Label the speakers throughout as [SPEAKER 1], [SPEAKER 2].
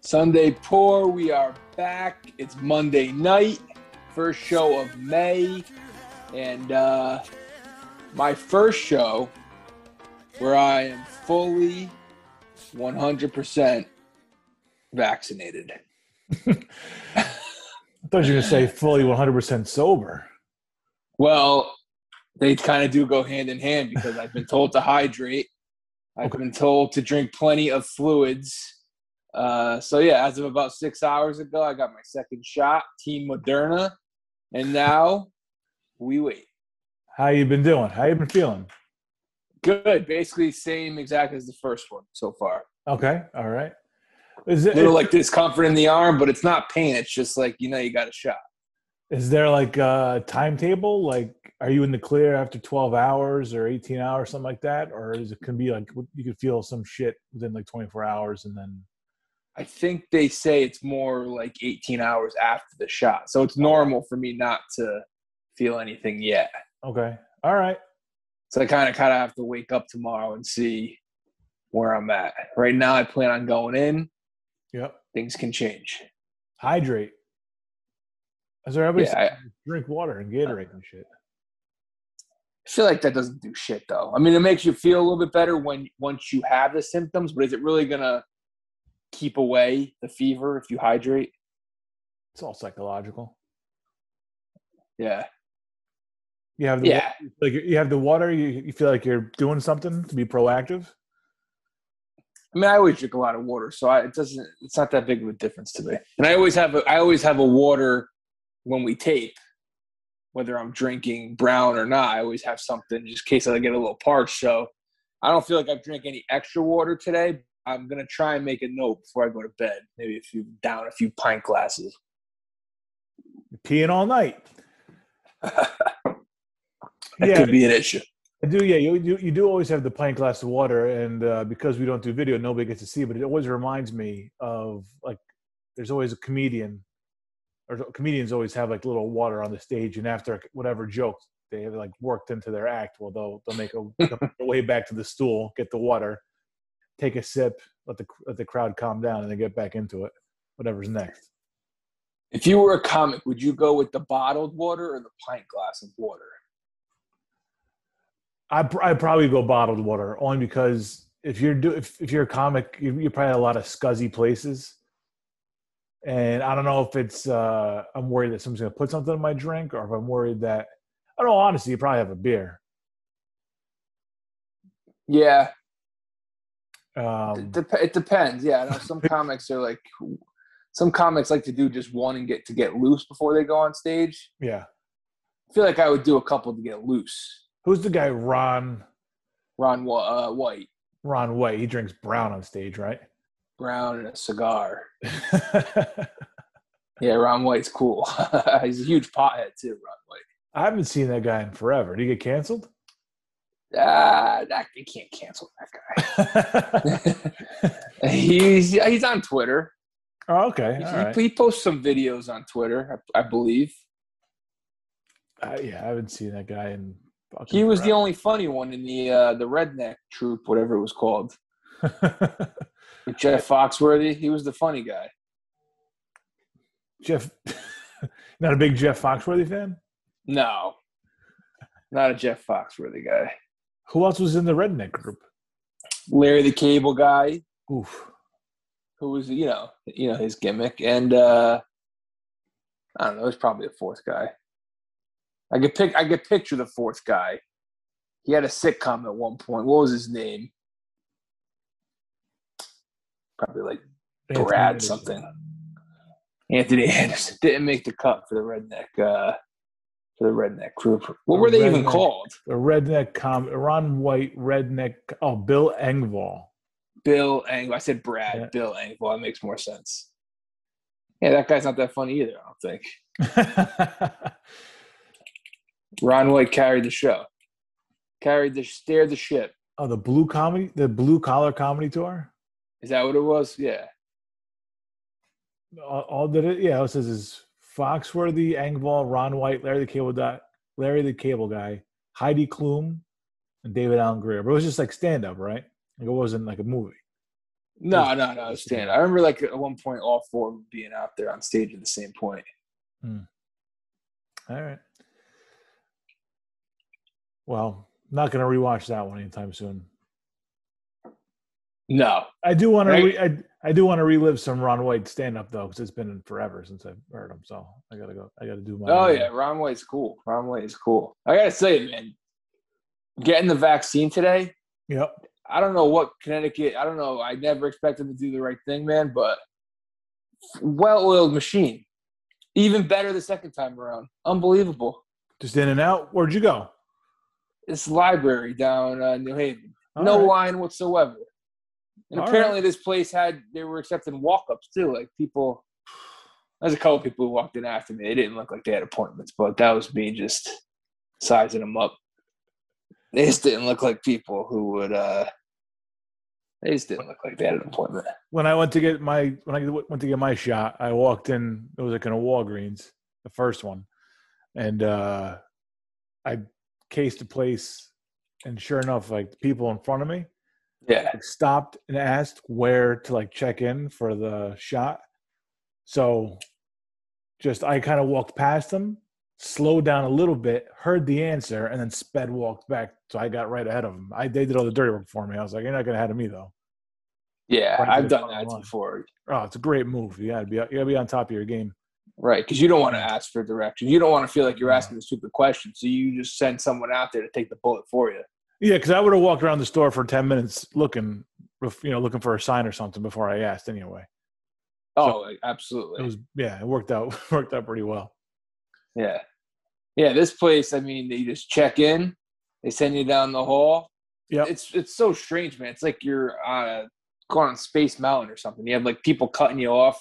[SPEAKER 1] Sunday Poor, we are back. It's Monday night, first show of May. And uh, my first show where I am fully 100% vaccinated.
[SPEAKER 2] I thought you were going to say fully 100% sober.
[SPEAKER 1] Well, they kind of do go hand in hand because I've been told to hydrate. I've
[SPEAKER 2] Okay.
[SPEAKER 1] been told to drink plenty of fluids. Uh, so yeah, as of about six hours ago, I got my second shot, Team Moderna, and now we wait.
[SPEAKER 2] How you been doing? How you been feeling?
[SPEAKER 1] Good, basically same exact as the first one so far.
[SPEAKER 2] Okay, all right. Is it
[SPEAKER 1] A little like discomfort in the arm, but it's not pain. It's just like you know you got a shot.
[SPEAKER 2] is there like a timetable? Like, are you in the clear after 12 hours or 18 hours, something like that, or is it can be like you could feel some shit within like 24 hours and then?
[SPEAKER 1] I think they say it's more like 18 hours after the shot, so it's normal for me not to feel anything yet.
[SPEAKER 2] Okay, all right.
[SPEAKER 1] So I kind of kind of have to wake up tomorrow and see where I'm at. Right now, I plan on going in.
[SPEAKER 2] Yep.
[SPEAKER 1] Things can change.
[SPEAKER 2] Hydrate. As everybody
[SPEAKER 1] Yeah,
[SPEAKER 2] says,
[SPEAKER 1] I,
[SPEAKER 2] drink water and Gatorade and shit.
[SPEAKER 1] I feel like that doesn't do shit though. I mean, it makes you feel a little bit better when once you have the symptoms, but is it really gonna keep away the fever if you hydrate?
[SPEAKER 2] It's all psychological.
[SPEAKER 1] Yeah,
[SPEAKER 2] You have the
[SPEAKER 1] yeah.
[SPEAKER 2] like you have the water. You, you feel like you're doing something to be proactive.
[SPEAKER 1] I mean, I always drink a lot of water, so I, it doesn't. It's not that big of a difference to me. And I always have a, I always have a water when we tape, whether I'm drinking brown or not. I always have something just in case I get a little parched. So I don't feel like I've drank any extra water today. I'm gonna try and make a note before I go to bed. Maybe a few down a few pint glasses.
[SPEAKER 2] peeing all night.
[SPEAKER 1] that
[SPEAKER 2] Yeah,
[SPEAKER 1] could be an issue.
[SPEAKER 2] I do. Yeah, you, you you do always have the pint glass of water, and uh, because we don't do video, nobody gets to see. But it always reminds me of like, there's always a comedian, or comedians always have like little water on the stage, and after whatever joke they have like worked into their act, well they'll they'll make a, a way back to the stool, get the water, take a sip, let the let the crowd calm down, and then get back into it, whatever's next.
[SPEAKER 1] If you were a comic, would you go with the bottled water or the pint glass of water?
[SPEAKER 2] I pr- I probably go bottled water only because if you're do if, if you're a comic, you, you're probably at a lot of scuzzy places. And I don't know if it's uh, I'm worried that someone's gonna put something in my drink, or if I'm worried that I don't know, honestly, you probably have a beer.
[SPEAKER 1] Yeah,
[SPEAKER 2] Um,
[SPEAKER 1] It, dep- it depends. Yeah, I know some comics are like, some comics like to do just one and get to get loose before they go on stage.
[SPEAKER 2] yeah,
[SPEAKER 1] I feel like I would do a couple to get loose.
[SPEAKER 2] who's the guy? Ron
[SPEAKER 1] Ron Wa- uh, White,
[SPEAKER 2] Ron White. He drinks brown on stage, right?
[SPEAKER 1] Brown, and a cigar. Yeah, Ron White's cool. He's a huge pothead too, Ron White.
[SPEAKER 2] I haven't seen that guy in forever. Did he get canceled?
[SPEAKER 1] Ah, that you can't cancel that
[SPEAKER 2] Oh,
[SPEAKER 1] guy. he's he's on Twitter.
[SPEAKER 2] oh, okay,
[SPEAKER 1] He,
[SPEAKER 2] all right.
[SPEAKER 1] he posts some videos on Twitter, I, I believe.
[SPEAKER 2] Uh, yeah, I haven't seen that guy in. fucking
[SPEAKER 1] He was the
[SPEAKER 2] forever.
[SPEAKER 1] only funny one in the uh, the redneck troop, whatever it was called. With Jeff Foxworthy, he was the funny guy.
[SPEAKER 2] Jeff, not a big Jeff Foxworthy fan.
[SPEAKER 1] No, not a Jeff Foxworthy guy.
[SPEAKER 2] Who else was in the redneck group?
[SPEAKER 1] Larry the Cable Guy,
[SPEAKER 2] Oof.
[SPEAKER 1] who was you know you know his gimmick, and uh, I don't know, there's probably a fourth guy. I could pick. I could picture the fourth guy. He had a sitcom at one point. What was his name? Probably like
[SPEAKER 2] Anthony
[SPEAKER 1] Brad
[SPEAKER 2] Anderson.
[SPEAKER 1] something. Anthony Anderson didn't make the cut for the redneck uh, for the redneck group. What
[SPEAKER 2] The
[SPEAKER 1] were they even
[SPEAKER 2] redneck-
[SPEAKER 1] called?
[SPEAKER 2] The redneck com Ron White redneck. Oh, Bill Engvall.
[SPEAKER 1] Bill Engvall. I said Brad.
[SPEAKER 2] Yeah.
[SPEAKER 1] Bill Engvall. That makes more sense. Yeah, that guy's not that funny either. I don't think Ron White carried the show. Carried the steered the ship.
[SPEAKER 2] oh, the blue comedy, the blue collar comedy tour.
[SPEAKER 1] Is that what it was? Yeah.
[SPEAKER 2] All, all did it. Yeah, it says is Foxworthy, Engvall, Ron White, Larry the Cable Dot, Larry the Cable Guy, Heidi Klum, and David Allen Greer. But it was just like stand up, right? Like it wasn't like a movie.
[SPEAKER 1] No, no, no. It's standing. I remember like at one point all four being out there on stage at the same point.
[SPEAKER 2] All right. Well, not going to rewatch that one anytime soon.
[SPEAKER 1] No,
[SPEAKER 2] I do want to.
[SPEAKER 1] Right.
[SPEAKER 2] Re- I, I do want to relive some Ron White stand up though, because it's been forever since I've heard him. So I gotta go. I gotta do my.
[SPEAKER 1] Oh yeah, Ron White's cool. Ron White is cool. I gotta say, man, getting the vaccine today.
[SPEAKER 2] Yep.
[SPEAKER 1] I don't know what Connecticut. I don't know. I never expected them to do the right thing, man. But well-oiled machine. Even better the second time around. Unbelievable.
[SPEAKER 2] Just in and out. Where'd you go?
[SPEAKER 1] This library down uh, New Haven.
[SPEAKER 2] All
[SPEAKER 1] no
[SPEAKER 2] right.
[SPEAKER 1] line whatsoever. And
[SPEAKER 2] All
[SPEAKER 1] apparently, this place had they were accepting walk-ups too. Like people, there's a couple people who walked in after me. They didn't look like they had appointments, but that was me just sizing them up. They just didn't look like people who would. uh They just didn't look like they had an appointment.
[SPEAKER 2] when I went to get my when I went to get my shot, I walked in. It was like in a Walgreens, the first one, and uh, I cased the place, and sure enough, like the people in front of me
[SPEAKER 1] Yeah,
[SPEAKER 2] like, stopped and asked where to like check in for the shot. So, just I kind of walked past them, slowed down a little bit, heard the answer, and then sped walked back. So I got right ahead of them. I they did all the dirty work for me. I was like, you're not gonna ahead of me though.
[SPEAKER 1] yeah,
[SPEAKER 2] Right,
[SPEAKER 1] I've
[SPEAKER 2] it's
[SPEAKER 1] done
[SPEAKER 2] on the
[SPEAKER 1] that
[SPEAKER 2] line.
[SPEAKER 1] before.
[SPEAKER 2] Oh, it's a great move. You gotta be you gotta be on top of your game.
[SPEAKER 1] Right, because you don't want to ask for directions. You don't want to feel like you're asking a stupid question, so you just send someone out there to take the bullet for you.
[SPEAKER 2] Yeah, because I would have walked around the store for ten minutes looking, ref- you know, looking for a sign or something before I asked. Anyway,
[SPEAKER 1] Oh, like,
[SPEAKER 2] it
[SPEAKER 1] absolutely.
[SPEAKER 2] was yeah, it worked out worked out pretty well.
[SPEAKER 1] Yeah. Yeah, this place, I mean, they just check in, they send you down the hall.
[SPEAKER 2] Yep.
[SPEAKER 1] It's it's so strange, man. It's like you're on a, going on Space Mountain or something. You have like people cutting you off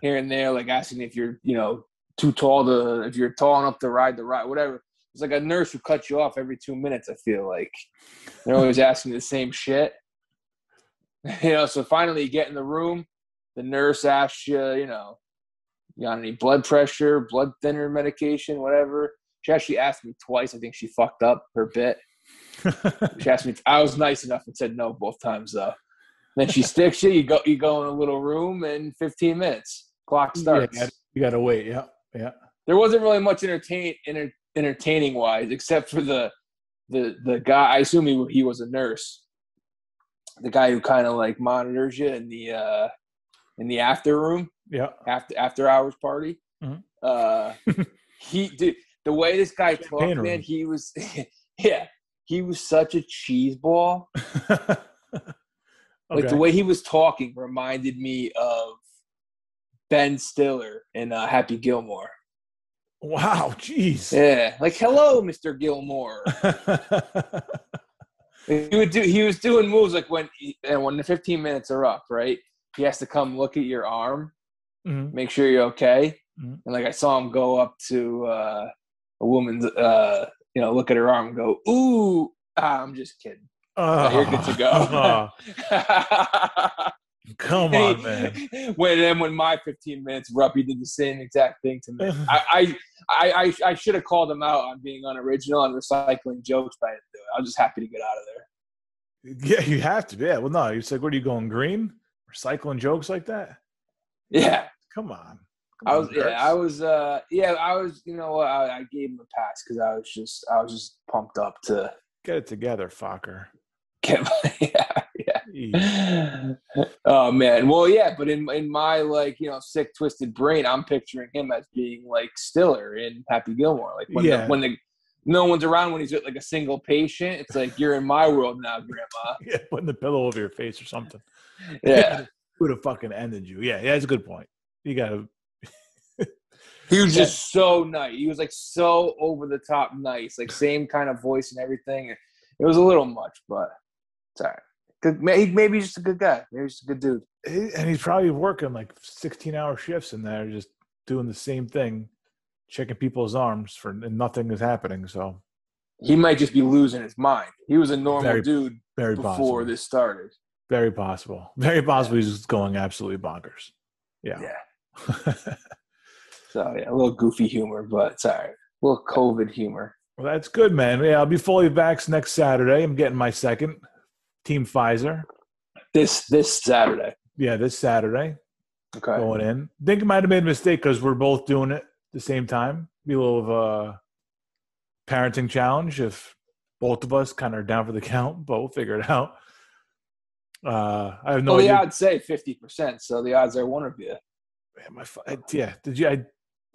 [SPEAKER 1] here and there, like asking if you're, you know, too tall to if you're tall enough to ride the ride, whatever. It's like a nurse who cuts you off every two minutes, I feel like. They're always asking the same shit. You know, so finally you get in the room, the nurse asks you, you know, you on any blood pressure, blood thinner medication, whatever. She actually asked me twice. I think she fucked up her bit. She asked me. I was nice enough and said no both times though. Then she sticks you. You go. You go in a little room in 15 minutes. Clock starts.
[SPEAKER 2] Yeah, you got to wait. Yeah, yeah.
[SPEAKER 1] There wasn't really much entertain enter, entertaining wise, except for the the the guy. I assume he he was a nurse. The guy who kind of like monitors you in the uh, in the after room
[SPEAKER 2] Yeah,
[SPEAKER 1] after after hours party.
[SPEAKER 2] Mhm.
[SPEAKER 1] Uh, he dude, the way this guy talked,
[SPEAKER 2] Champagne room.
[SPEAKER 1] man, he was yeah, he was such a cheese ball.
[SPEAKER 2] okay.
[SPEAKER 1] Like the way he was talking reminded me of Ben Stiller in uh, Happy Gilmore.
[SPEAKER 2] wow, jeez.
[SPEAKER 1] Yeah, like hello, Mister Gilmore. He would do. He was doing moves like when and when the fifteen minutes are up, right? He has to come look at your arm,
[SPEAKER 2] Mhm.
[SPEAKER 1] make sure you're okay.
[SPEAKER 2] Mhm.
[SPEAKER 1] And like I saw him go up to uh, a woman's, uh, you know, look at her arm and go, "Ooh, ah, I'm just kidding." you're good to go.
[SPEAKER 2] Oh, come on, man.
[SPEAKER 1] when then when my 15 minutes were up, he did the same exact thing to me. I I I, I, I should have called him out on being unoriginal and recycling jokes, but I didn't do it. I was just happy to get out of there.
[SPEAKER 2] yeah, you have to. Yeah. Well, no, you said, "What are you going green?" Recycling jokes like that.
[SPEAKER 1] Yeah,
[SPEAKER 2] Come on. Come
[SPEAKER 1] I
[SPEAKER 2] on,
[SPEAKER 1] was. Yeah,
[SPEAKER 2] jerks.
[SPEAKER 1] I was. Uh, yeah, I was. You know, what, I, I gave him a pass because I was just I was just pumped up to
[SPEAKER 2] Get it together, Fokker.
[SPEAKER 1] get. My, yeah.
[SPEAKER 2] Jeez.
[SPEAKER 1] oh man well yeah but in in my like you know sick twisted brain i'm picturing him as being like stiller in happy gilmore like when
[SPEAKER 2] Yeah.
[SPEAKER 1] the, when the no one's around when he's with like a single patient it's like you're in my world now grandma
[SPEAKER 2] Yeah, putting the pillow over your face or something.
[SPEAKER 1] yeah
[SPEAKER 2] Would have fucking ended you. Yeah, yeah, that's a good point. You gotta
[SPEAKER 1] he was just so nice he was like so over the top nice like same kind of voice and everything it was a little much but it's all right Good- may- maybe he's just a good guy maybe he's just a good dude
[SPEAKER 2] he- and he's probably working like sixteen hour shifts in there, just doing the same thing, checking people's arms for and nothing is happening. So
[SPEAKER 1] he might just be losing his mind he was a normal
[SPEAKER 2] Very
[SPEAKER 1] dude
[SPEAKER 2] very
[SPEAKER 1] before
[SPEAKER 2] possible.
[SPEAKER 1] this started
[SPEAKER 2] very possible. Very possible he's just going absolutely bonkers. Yeah.
[SPEAKER 1] yeah So yeah, a little goofy humor, but it's all right. A little COVID humor.
[SPEAKER 2] well that's good, man. Yeah, I'll be fully vaxxed next Saturday. I'm getting my second. Team Pfizer.
[SPEAKER 1] This this Saturday.
[SPEAKER 2] Yeah, this Saturday
[SPEAKER 1] Okay.
[SPEAKER 2] going in. Think I might have made a mistake because we're both doing it the same time. Be a little of a parenting challenge if both of us kind of are down for the count, but we'll figure it out. Uh, I have no
[SPEAKER 1] well, the
[SPEAKER 2] idea.
[SPEAKER 1] odds say fifty percent, so the odds are one of you.
[SPEAKER 2] Man, my fu- I- yeah, did you? I,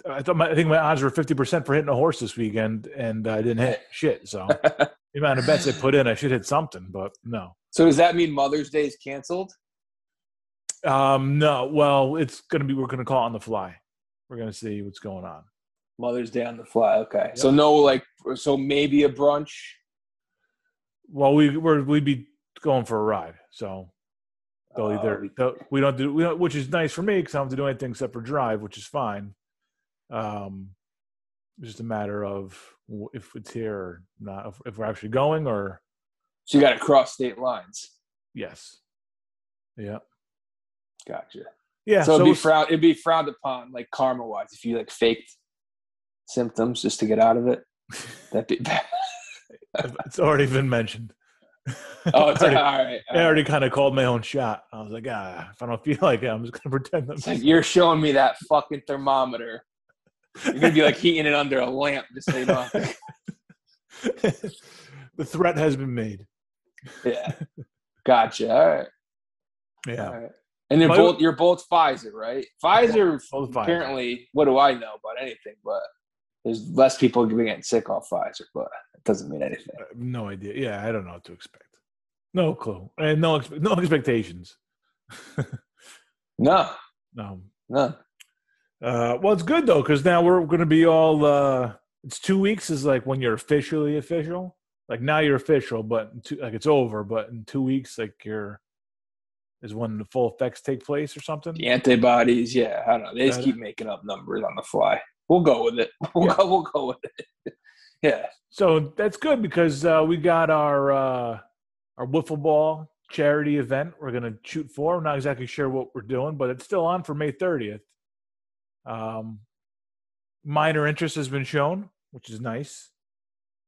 [SPEAKER 2] I thought my, I think my odds were fifty percent for hitting a horse this weekend, and I didn't hit shit. So the amount of bets I put in, I should hit something, but no.
[SPEAKER 1] So does that mean Mother's Day is canceled?
[SPEAKER 2] Um, no. Well, it's gonna be. We're gonna call it on the fly. We're gonna see what's going on.
[SPEAKER 1] Mother's Day on the fly. Okay. So
[SPEAKER 2] Yep.
[SPEAKER 1] no, like, so maybe a brunch.
[SPEAKER 2] Well, we we're, we'd be going for a ride, so they'll
[SPEAKER 1] Uh,
[SPEAKER 2] either they'll- we don't do we don't, which is nice for me because I don't have to do anything except for drive, which is fine. Um, it's just a matter of w- if it's here or not, if, if we're actually going or
[SPEAKER 1] So you got to cross state lines.
[SPEAKER 2] yes, yeah,
[SPEAKER 1] Gotcha.
[SPEAKER 2] yeah.
[SPEAKER 1] so
[SPEAKER 2] So,
[SPEAKER 1] it'd be
[SPEAKER 2] we'll-
[SPEAKER 1] frowned it'd be frowned upon, like karma wise, if you like faked symptoms just to get out of it. That'd be bad.
[SPEAKER 2] it's already been mentioned.
[SPEAKER 1] Oh, it's like,
[SPEAKER 2] Already-
[SPEAKER 1] all right. all
[SPEAKER 2] I
[SPEAKER 1] right.
[SPEAKER 2] already kind of called my own shot. I was like, ah, if I don't feel like it, I'm just gonna pretend
[SPEAKER 1] It's
[SPEAKER 2] I'm.
[SPEAKER 1] like you're showing me that fucking thermometer. You're gonna be like heating it under a lamp, just so you know.
[SPEAKER 2] the threat has been made.
[SPEAKER 1] Yeah. Gotcha. All right.
[SPEAKER 2] Yeah,
[SPEAKER 1] All right. And you're
[SPEAKER 2] My-
[SPEAKER 1] both you're both Pfizer, right? Pfizer
[SPEAKER 2] both Pfizer.
[SPEAKER 1] apparently. What do I know about anything? But there's less people getting sick off Pfizer, but it doesn't mean anything.
[SPEAKER 2] I have no idea. Yeah, I don't know what to expect. No clue, and no expe- no expectations.
[SPEAKER 1] No,
[SPEAKER 2] No.
[SPEAKER 1] no.
[SPEAKER 2] Uh, well, it's good though because now we're going to be all. Uh, it's two weeks is like when you're officially official. Like now you're official, but in two, like it's over. But in two weeks, like you're is when the full effects take place or something.
[SPEAKER 1] The antibodies, yeah. I don't know. They just
[SPEAKER 2] Uh,
[SPEAKER 1] keep making up numbers on the fly. We'll go with it. We'll
[SPEAKER 2] Yeah.
[SPEAKER 1] go. We'll go with it. yeah.
[SPEAKER 2] So that's good because uh, we got our uh, our wiffle ball charity event. We're gonna shoot for. I'm not exactly sure what we're doing, but it's still on for May 30th. Um, minor interest has been shown, which is nice.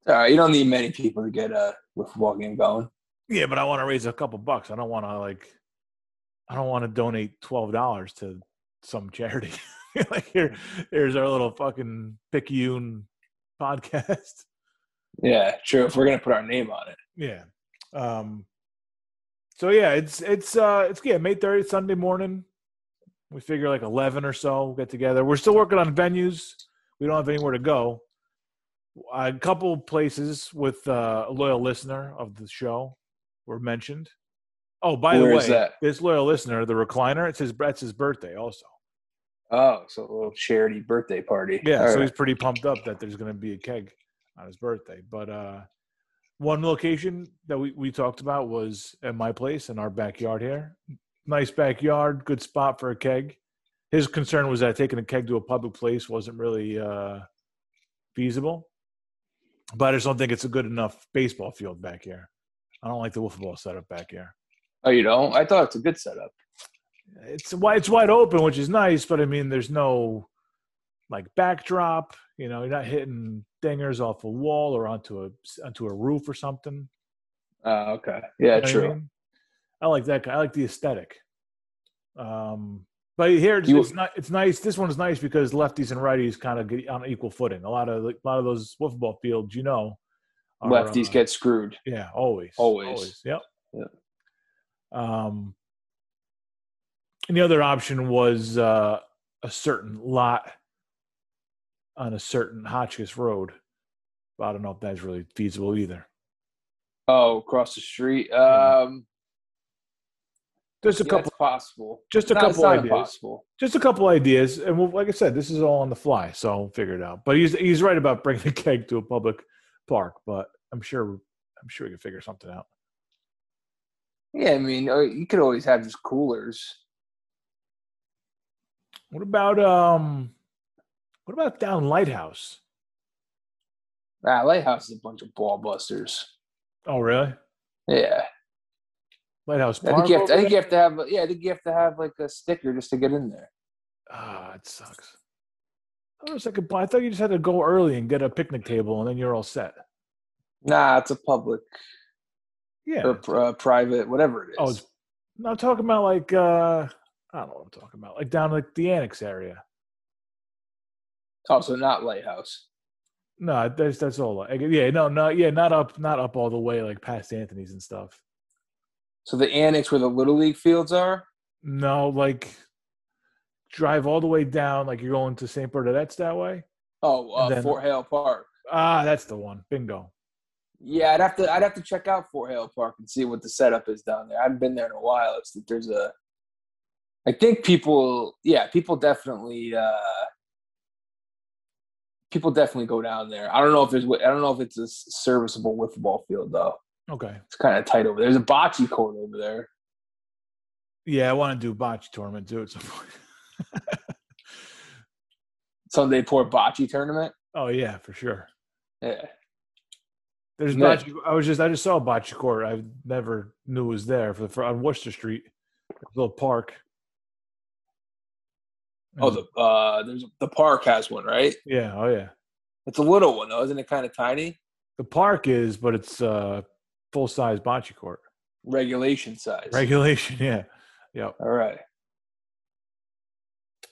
[SPEAKER 1] All right. You don't need many people to get a wiffle ball game going.
[SPEAKER 2] Yeah, but I want to raise a couple bucks. I don't want to like, I don't want to donate twelve dollars to some charity. like here, here's our little fucking picayune podcast.
[SPEAKER 1] Yeah, true. If we're gonna put our name on it,
[SPEAKER 2] Yeah. Um so yeah, it's it's uh it's yeah, May 30th, Sunday morning. We figure like eleven or so, we'll get together. We're still working on venues. We don't have anywhere to go. A couple places with uh, a loyal listener of the show were mentioned. Oh, by the
[SPEAKER 1] Where
[SPEAKER 2] way,
[SPEAKER 1] is that?
[SPEAKER 2] this loyal listener, the recliner, it's his that's his birthday also.
[SPEAKER 1] oh, so a little charity birthday party.
[SPEAKER 2] Yeah,
[SPEAKER 1] All
[SPEAKER 2] so
[SPEAKER 1] right.
[SPEAKER 2] he's pretty pumped up that there's going to be a keg on his birthday. But uh, one location that we, we talked about was at my place in our backyard here. Nice backyard, good spot for a keg. His concern was that taking a keg to a public place wasn't really uh, feasible. But I just don't think it's a good enough baseball field back here. I don't like the wiffle ball setup back here.
[SPEAKER 1] oh, you don't? I thought it's a good setup.
[SPEAKER 2] it's wide it's wide open, which is nice, but I mean there's no like backdrop, you know, you're not hitting dingers off a wall or onto a onto a roof or something.
[SPEAKER 1] Oh, okay. Yeah,
[SPEAKER 2] You know what I
[SPEAKER 1] true.
[SPEAKER 2] mean? I like that. ki- I like the aesthetic. Um, but here it's,
[SPEAKER 1] You-
[SPEAKER 2] it's not. It's nice. This one's nice because lefties and righties kind of get on equal footing. A lot of like, a lot of those wiffle ball fields, you know, are,
[SPEAKER 1] Lefties
[SPEAKER 2] uh,
[SPEAKER 1] get screwed.
[SPEAKER 2] yeah, always.
[SPEAKER 1] Always.
[SPEAKER 2] Yep.
[SPEAKER 1] Yeah.
[SPEAKER 2] Um, and the other option was uh, a certain lot on a certain Hotchkiss Road. But I don't know if that's really feasible either.
[SPEAKER 1] Oh, across the street. Um,
[SPEAKER 2] Just a
[SPEAKER 1] yeah,
[SPEAKER 2] couple,
[SPEAKER 1] it's possible.
[SPEAKER 2] just a
[SPEAKER 1] No, it's
[SPEAKER 2] couple
[SPEAKER 1] not
[SPEAKER 2] ideas,
[SPEAKER 1] impossible.
[SPEAKER 2] just a couple ideas, and we'll, like I said, this is all on the fly, so we'll figure it out. But he's he's right about bringing the keg to a public park, but I'm sure I'm sure we can figure something out.
[SPEAKER 1] Yeah, I mean, uh, you could always have just coolers.
[SPEAKER 2] What about um, what about down Lighthouse?
[SPEAKER 1] Ah, Lighthouse is a bunch of ball busters.
[SPEAKER 2] Oh, really?
[SPEAKER 1] Yeah,
[SPEAKER 2] Lighthouse
[SPEAKER 1] I
[SPEAKER 2] Park.
[SPEAKER 1] think, you have to, I
[SPEAKER 2] over
[SPEAKER 1] think you
[SPEAKER 2] there?
[SPEAKER 1] have to have. Yeah, I think you have to have like a sticker just to get in there.
[SPEAKER 2] Ah, it sucks. I was like, I thought you just had to go early and get a picnic table, and then you're all set.
[SPEAKER 1] Nah, it's a public
[SPEAKER 2] Yeah.
[SPEAKER 1] or pr- uh, private, whatever it is.
[SPEAKER 2] Oh, it's No, I'm talking about like uh I don't know what I'm talking about. Like down like the annex area.
[SPEAKER 1] Oh, so not lighthouse.
[SPEAKER 2] No, that's that's all. Like, yeah, no, no, yeah, not up, not up all the way like past Anthony's and stuff.
[SPEAKER 1] So the annex where the little league fields are.
[SPEAKER 2] No, like drive all the way down, like you're going to St. Bernadette's that way.
[SPEAKER 1] Oh, uh,
[SPEAKER 2] And then-
[SPEAKER 1] Fort Hale Park.
[SPEAKER 2] Ah, that's the one. Bingo.
[SPEAKER 1] Yeah, I'd have to I'd have to check out Fort Hale Park and see what the setup is down there. I haven't been there in a while. It's that there's a I think people yeah, people definitely uh people definitely go down there. I don't know if there's I don't know if it's a serviceable wiffle ball field though.
[SPEAKER 2] Okay.
[SPEAKER 1] It's kind of tight over there. There's a bocce court over there.
[SPEAKER 2] Yeah, I want to do botch tournament too at some point.
[SPEAKER 1] Sunday Port bocce tournament.
[SPEAKER 2] Oh yeah, for sure.
[SPEAKER 1] Yeah.
[SPEAKER 2] There's
[SPEAKER 1] Yeah.
[SPEAKER 2] botch. I was just I just saw botch court. I never knew it was there for, for on Worcester Street, little park.
[SPEAKER 1] Oh, the uh there's the park has one, right?
[SPEAKER 2] yeah, oh yeah.
[SPEAKER 1] It's a little one though, isn't it kind of tiny?
[SPEAKER 2] The park is, but it's uh full size bocce court.
[SPEAKER 1] Regulation size.
[SPEAKER 2] Regulation, yeah. Yep.
[SPEAKER 1] All right.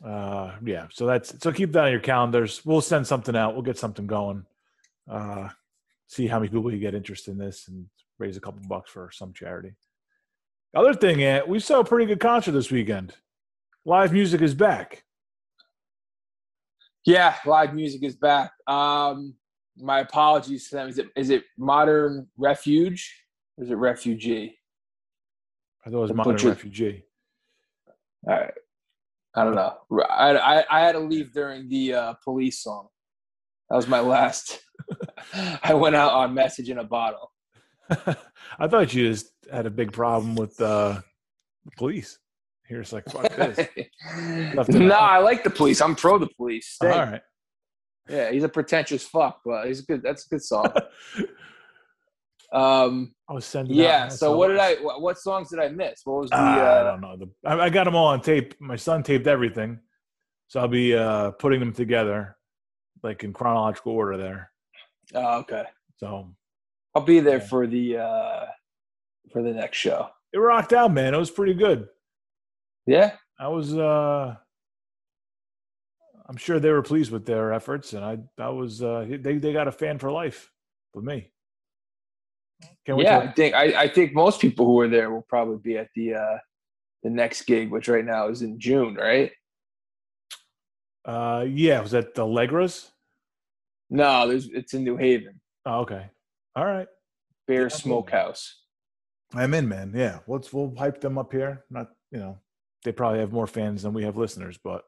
[SPEAKER 2] Uh yeah. So that's so keep that on your calendars. We'll send something out. We'll get something going. Uh see how many people you get interested in this and raise a couple bucks for some charity. Other thing, Ant, we saw a pretty good concert this weekend. Live music is back.
[SPEAKER 1] Yeah, live music is back. Um, my apologies to them. Is it is it Modern Refuge? Or is it Refugee?
[SPEAKER 2] I thought it was
[SPEAKER 1] The
[SPEAKER 2] Modern
[SPEAKER 1] Butcher-
[SPEAKER 2] Refugee.
[SPEAKER 1] All right. I don't know. I, I, I had to leave during the uh, police song. That was my last. I went out on message in a bottle.
[SPEAKER 2] I thought you just had a big problem with uh the police. Here it's like fuck
[SPEAKER 1] no,
[SPEAKER 2] this. it out.
[SPEAKER 1] I like the police. I'm pro the police.
[SPEAKER 2] All
[SPEAKER 1] Stay.
[SPEAKER 2] right.
[SPEAKER 1] Yeah, he's a pretentious fuck, but he's good. That's a good song. um,
[SPEAKER 2] I was sending. out-
[SPEAKER 1] yeah. So what did
[SPEAKER 2] saw-
[SPEAKER 1] I? What, what songs did I miss? What was the?
[SPEAKER 2] Ah, I
[SPEAKER 1] Uh,
[SPEAKER 2] don't know. The, I, I got them all on tape. My son taped everything, so I'll be uh, putting them together, like in chronological order there.
[SPEAKER 1] oh, okay.
[SPEAKER 2] So
[SPEAKER 1] I'll be there
[SPEAKER 2] Yeah.
[SPEAKER 1] for the uh for the next show.
[SPEAKER 2] it rocked out, man. It was pretty good.
[SPEAKER 1] Yeah.
[SPEAKER 2] I was. Uh, I'm sure they were pleased with their efforts, and I. I was. Uh, they they got a fan for life with me. Can't wait.
[SPEAKER 1] yeah, I
[SPEAKER 2] till-
[SPEAKER 1] think I, I think most people who are there will probably be at the uh the next gig, which right now is in June, right?
[SPEAKER 2] uh, yeah. Was that the Legras?
[SPEAKER 1] No, there's it's in New Haven.
[SPEAKER 2] Oh, okay. All right.
[SPEAKER 1] Bear
[SPEAKER 2] Yeah, I think-
[SPEAKER 1] Smokehouse.
[SPEAKER 2] I'm in, man. Yeah, let's we'll hype them up here. Not you know, they probably have more fans than we have listeners, but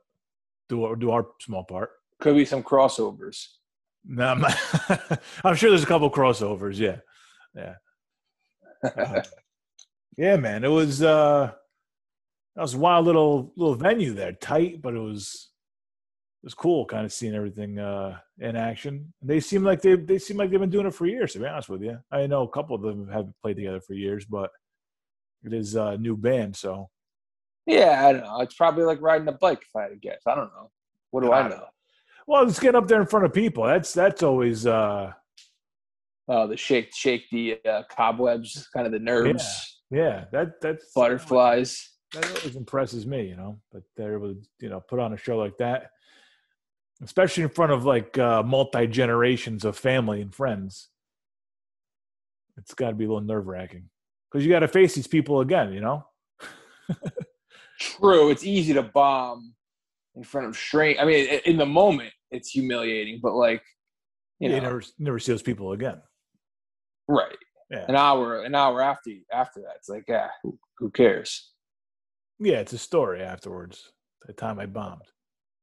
[SPEAKER 2] do our do our small part.
[SPEAKER 1] Could be some crossovers.
[SPEAKER 2] No, I'm, not- I'm sure there's a couple crossovers. Yeah, yeah, Uh, yeah, man. It was uh, that was a wild little little venue there, tight, but it was it was cool, kind of seeing everything uh in action. They seem like they they seem like they've been doing it for years. To be honest with you, I know a couple of them have played together for years, but it is a new band, so
[SPEAKER 1] yeah, I don't know. It's probably like riding a bike if I had to guess. I don't know. What do I
[SPEAKER 2] God.
[SPEAKER 1] know?
[SPEAKER 2] Well, it's getting up there in front of people. That's that's always uh
[SPEAKER 1] Oh, the shake shake the uh, cobwebs, kind of the nerves,
[SPEAKER 2] yeah, that that's
[SPEAKER 1] butterflies.
[SPEAKER 2] that always impresses me, you know, that they're able to, you know, put on a show like that. Especially in front of like uh multi generations of family and friends. It's gotta be a little nerve wracking. Because you gotta face these people again, you know?
[SPEAKER 1] True, it's easy to bomb in front of strange. I mean, i- in the moment, it's humiliating, but like, you
[SPEAKER 2] You,
[SPEAKER 1] know,
[SPEAKER 2] never never see those people again.
[SPEAKER 1] right?
[SPEAKER 2] Yeah.
[SPEAKER 1] An hour, an hour after after that, it's like, yeah, who, who cares?
[SPEAKER 2] Yeah, it's a story afterwards. The time I bombed.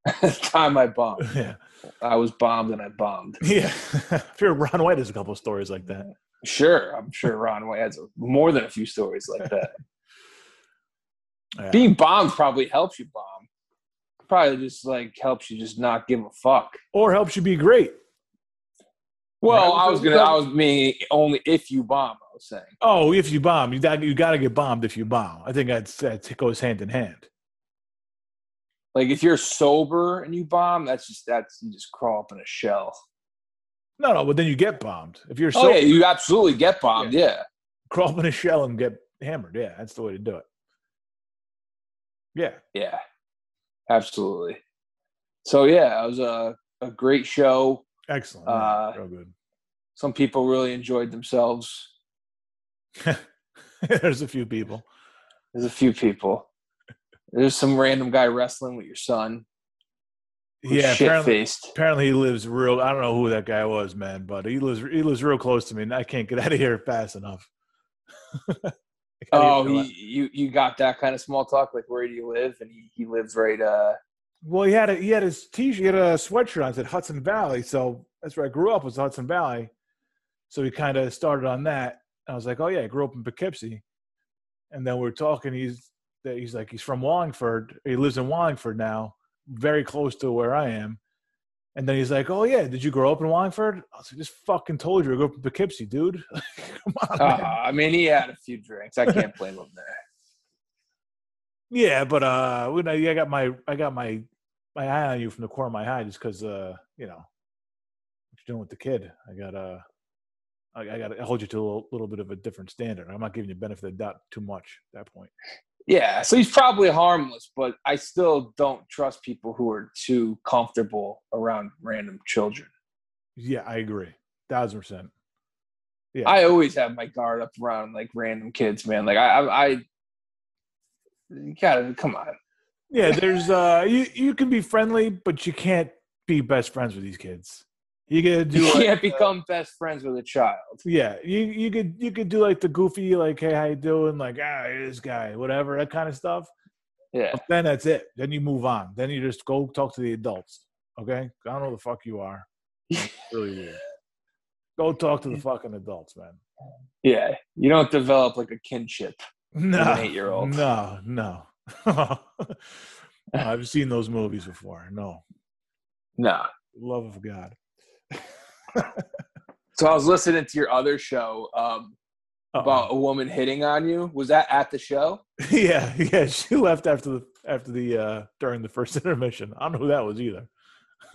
[SPEAKER 1] It's time I bombed,
[SPEAKER 2] yeah.
[SPEAKER 1] I was bombed and I bombed.
[SPEAKER 2] Yeah. I'm sure Ron White has a couple of stories like that.
[SPEAKER 1] Sure, I'm sure Ron White has more than a few stories like that.
[SPEAKER 2] Yeah.
[SPEAKER 1] Being bombed probably helps you bomb. Probably just like helps you just not give a fuck.
[SPEAKER 2] Or helps you be great.
[SPEAKER 1] Well,
[SPEAKER 2] Right,
[SPEAKER 1] I
[SPEAKER 2] so
[SPEAKER 1] was
[SPEAKER 2] we
[SPEAKER 1] gonna, I
[SPEAKER 2] don't-
[SPEAKER 1] was meaning only if you bomb. I was saying.
[SPEAKER 2] Oh, if you bomb, you got you got to get bombed if you bomb. I think that's that goes hand in hand.
[SPEAKER 1] Like if you're sober and you bomb, that's just that's you just crawl up in a shell.
[SPEAKER 2] No, no, but then you get bombed if you're
[SPEAKER 1] Oh
[SPEAKER 2] so
[SPEAKER 1] yeah, you absolutely get bombed. Yeah,
[SPEAKER 2] crawl up in a shell and get hammered. Yeah, that's the way to do it. Yeah.
[SPEAKER 1] Yeah, absolutely. So yeah, it was a, a great show.
[SPEAKER 2] Excellent.
[SPEAKER 1] Uh,
[SPEAKER 2] yeah, real good.
[SPEAKER 1] Some people really enjoyed themselves.
[SPEAKER 2] There's a few people.
[SPEAKER 1] There's a few people. There's some random guy wrestling with your son.
[SPEAKER 2] Yeah,
[SPEAKER 1] shit
[SPEAKER 2] apparently,
[SPEAKER 1] faced.
[SPEAKER 2] apparently he lives real. I don't know who that guy was, man, but he lives he lives real close to me, and I can't get out of here fast enough. I gotta
[SPEAKER 1] Oh,
[SPEAKER 2] get the-
[SPEAKER 1] he, you you got that kind of small talk? Like, where do you live? And he, he lives right. Uh,
[SPEAKER 2] well, he had a, he had his t-shirt, he had a sweatshirt on said Hudson Valley, so that's where I grew up was Hudson Valley. So he kind of started on that. I was like, oh yeah, I grew up in Poughkeepsie, and then we are talking. He's that he's like he's from Wallingford. He lives in Wallingford now, very close to where I am. And then he's like, "Oh yeah, did you grow up in Wallingford?" I was like, "Just fucking told you, I grew up in Poughkeepsie, dude." Come on,
[SPEAKER 1] uh,
[SPEAKER 2] man.
[SPEAKER 1] I mean, he had a few drinks. I can't blame him there.
[SPEAKER 2] Yeah, but uh, when I, I got my I got my my eye on you from the corner of my eye just because uh, you know, what you doing with the kid? I got uh, I, I got to hold you to a little, little bit of a different standard. I'm not giving you benefit of the doubt too much at that point.
[SPEAKER 1] Yeah, so he's probably harmless, but I still don't trust people who are too comfortable around random children.
[SPEAKER 2] Yeah, I agree, thousand percent. Yeah.
[SPEAKER 1] I always have my guard up around like random kids, man. Like I, I, I you gotta come on.
[SPEAKER 2] Yeah, there's uh, you you can be friendly, but you can't be best friends with these kids. You gotta do uh,
[SPEAKER 1] You
[SPEAKER 2] like,
[SPEAKER 1] can't become best friends with a child.
[SPEAKER 2] Yeah, you you could you could do like the goofy like hey how you doing like ah this guy whatever that kind of stuff.
[SPEAKER 1] Yeah,
[SPEAKER 2] But then that's it. Then you move on. Then you just go talk to the adults. Okay, I don't know who the fuck you are. It's really weird. Go talk to the fucking adults, man.
[SPEAKER 1] yeah. You don't develop like a kinship.
[SPEAKER 2] No,
[SPEAKER 1] an eight-year-old.
[SPEAKER 2] No, no. I've seen those movies before. No,
[SPEAKER 1] No.
[SPEAKER 2] love of God.
[SPEAKER 1] So I was listening to your other show um, about a woman hitting on you. Was that at the show?
[SPEAKER 2] yeah, yeah. She left after the after the uh during the first intermission. I don't know who that was either.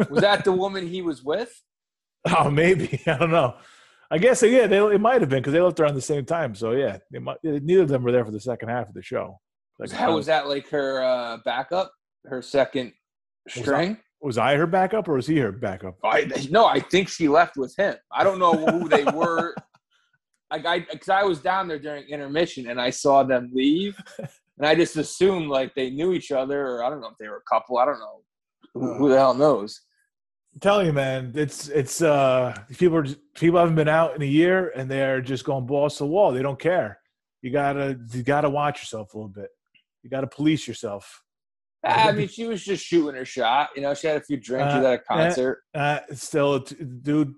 [SPEAKER 1] Was that the woman he was with?
[SPEAKER 2] Oh, maybe I don't know. I guess yeah, they, it might have been because they left around the same time. So yeah, they might, neither of them were there for the second half of the show. Like,
[SPEAKER 1] Was that, was that like her uh, backup, her second
[SPEAKER 2] that-
[SPEAKER 1] string?
[SPEAKER 2] was I her backup or was he her backup?
[SPEAKER 1] I, no, I think she left with him. I don't know who they were. Like I, because I was down there during intermission and I saw them leave, and I just assumed like they knew each other, or I don't know if they were a couple. I don't know. Who, who the hell knows?
[SPEAKER 2] I'm telling you, man, it's it's uh people are just, people haven't been out in a year and they're just going balls to the wall. They don't care. You gotta you gotta watch yourself a little bit. You gotta police yourself.
[SPEAKER 1] I mean, she was just shooting her shot. You know, she had a few drinks. she was at a concert.
[SPEAKER 2] Uh, still, t- dude,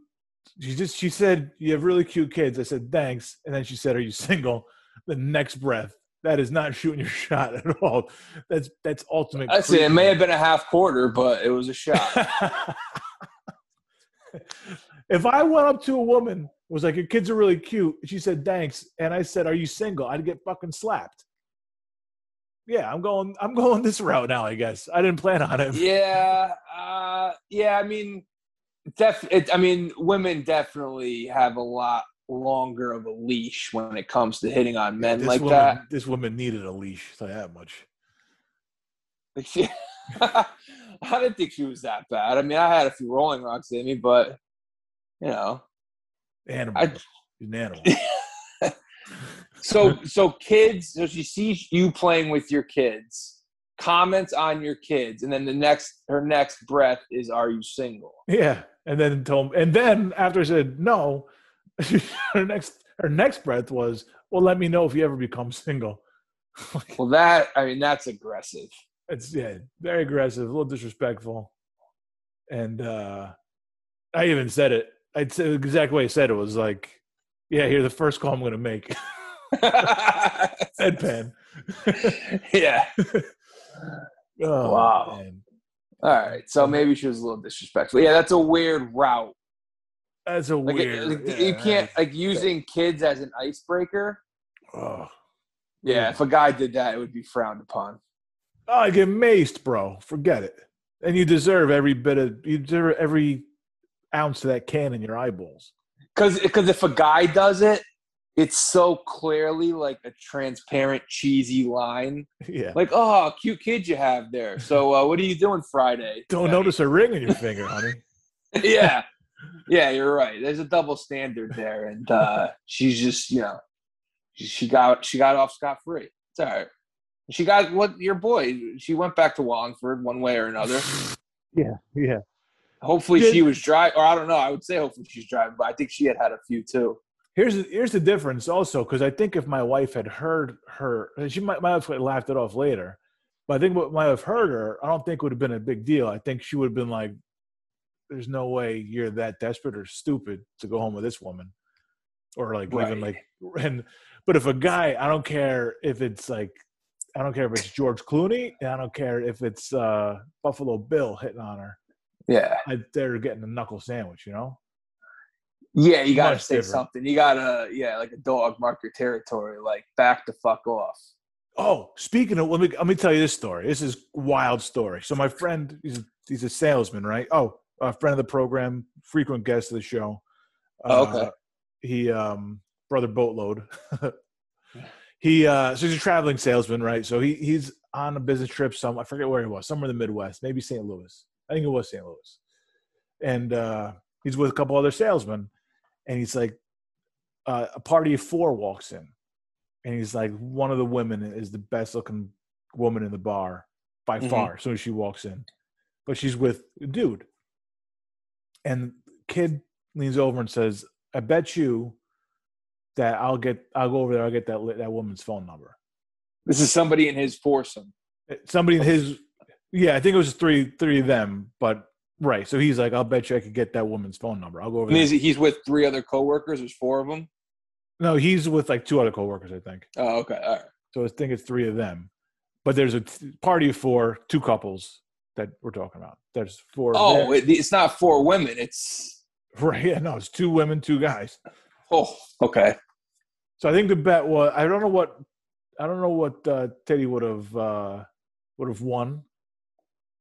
[SPEAKER 2] she just she said you have really cute kids. I said thanks, and then she said, "Are you single?" The next breath, that is not shooting your shot at all. That's that's ultimate.
[SPEAKER 1] I see. It may have been a half quarter, but it was a shot.
[SPEAKER 2] if I went up to a woman was like, "Your kids are really cute," she said thanks, and I said, "Are you single?" I'd get fucking slapped. Yeah, I'm going. I'm going this route now. I guess I didn't plan on it.
[SPEAKER 1] yeah, uh, yeah. I mean, def. It, I mean, women definitely have a lot longer of a leash when it comes to hitting on men
[SPEAKER 2] this
[SPEAKER 1] like
[SPEAKER 2] woman,
[SPEAKER 1] that.
[SPEAKER 2] This woman needed a leash. So that much.
[SPEAKER 1] I didn't think she was that bad. I mean, I had a few rolling rocks in me, but you know.
[SPEAKER 2] Animal.
[SPEAKER 1] I-
[SPEAKER 2] She's an animal. Uh-huh.
[SPEAKER 1] So, so kids. So she sees you playing with your kids. Comments on your kids, and then the next her next breath is, "Are you single?"
[SPEAKER 2] yeah. And then told and then after I said no, her next her next breath was, Well, let me know if you ever become single.
[SPEAKER 1] Well, that I mean, that's aggressive.
[SPEAKER 2] It's yeah, very aggressive, a little disrespectful. And uh I even said it. I said the exact way I said it was like, Yeah, you're the first call I'm gonna make. Deadpan.
[SPEAKER 1] yeah.
[SPEAKER 2] Oh,
[SPEAKER 1] Wow.
[SPEAKER 2] man.
[SPEAKER 1] All right. So
[SPEAKER 2] Uh-huh.
[SPEAKER 1] maybe she was a little disrespectful. Yeah, that's a weird route.
[SPEAKER 2] That's a
[SPEAKER 1] Like, it-
[SPEAKER 2] weird
[SPEAKER 1] like,
[SPEAKER 2] yeah,
[SPEAKER 1] you can't like using kids as an icebreaker.
[SPEAKER 2] oh.
[SPEAKER 1] Yeah,
[SPEAKER 2] Yeah.
[SPEAKER 1] if a guy did that, it would be frowned upon.
[SPEAKER 2] Oh, I get maced, bro. Forget it. And you deserve every bit of you deserve every ounce of that can in your eyeballs.
[SPEAKER 1] Because if a guy does it, it's so clearly like a transparent cheesy line
[SPEAKER 2] yeah.
[SPEAKER 1] like oh cute kid you have there so uh, what are you doing friday
[SPEAKER 2] Don't
[SPEAKER 1] I
[SPEAKER 2] notice a ring on your finger, honey.
[SPEAKER 1] mean, yeah yeah you're right there's a double standard there and uh, she's just you know she- she got she got off scot-free it's all right she got what your boy she went back to wallingford one way or another
[SPEAKER 2] Yeah.
[SPEAKER 1] hopefully she
[SPEAKER 2] Did-
[SPEAKER 1] was driving or i don't know i would say hopefully she's driving but i think she had had a few too
[SPEAKER 2] Here's the, here's the difference also because I think if my wife had heard her, she might, might have laughed it off later, but I think what might have heard her, I don't think would have been a big deal. I think she would have been like, "There's no way you're that desperate or stupid to go home with this woman," or like or even
[SPEAKER 1] Right.
[SPEAKER 2] like and. But if a guy, I don't care if it's like, I don't care if it's George Clooney, and I don't care if it's uh, Buffalo Bill hitting on her.
[SPEAKER 1] yeah
[SPEAKER 2] I, they're getting a knuckle sandwich, you know.
[SPEAKER 1] Yeah, you gotta
[SPEAKER 2] Much
[SPEAKER 1] say
[SPEAKER 2] different.
[SPEAKER 1] something. You gotta, yeah, like a dog, mark your territory, like back the fuck off.
[SPEAKER 2] Oh, speaking of, let me let me tell you this story. This is wild story. So my friend, he's a, he's a salesman, right? Oh, a friend of the program, frequent guest of the show.
[SPEAKER 1] Oh, okay.
[SPEAKER 2] Uh, he um brother boatload. he uh so he's a traveling salesman, right? So he he's on a business trip some I forget where he was, somewhere in the Midwest, maybe St. Louis. I think it was St. Louis. And uh he's with a couple other salesmen and he's like uh, a party of four walks in and he's like, one of the women is the best looking woman in the bar by
[SPEAKER 1] Mhm.
[SPEAKER 2] far. As soon as she walks in, but she's with a dude, and kid leans over and says, "I bet you that I'll get. I'll go over there. I'll get that li- that woman's phone number."
[SPEAKER 1] This is somebody in his foursome.
[SPEAKER 2] Somebody in his, yeah, I think it was three three of them, but right. So he's like, "I'll bet you I could get that woman's phone number. I'll go over
[SPEAKER 1] And
[SPEAKER 2] there."
[SPEAKER 1] he's, he's with three other coworkers. There's four of them.
[SPEAKER 2] no, he's with like two other coworkers, I think.
[SPEAKER 1] Oh, okay. All right.
[SPEAKER 2] So I think it's three of them. But there's a t- party of four, two couples that we're talking about. There's four.
[SPEAKER 1] Oh,
[SPEAKER 2] there.
[SPEAKER 1] it, it's not four women. It's,
[SPEAKER 2] right. Yeah, no, it's two women, two guys.
[SPEAKER 1] oh, okay.
[SPEAKER 2] So I think the bet was I don't know what I don't know what uh, Teddy would have uh, would have won,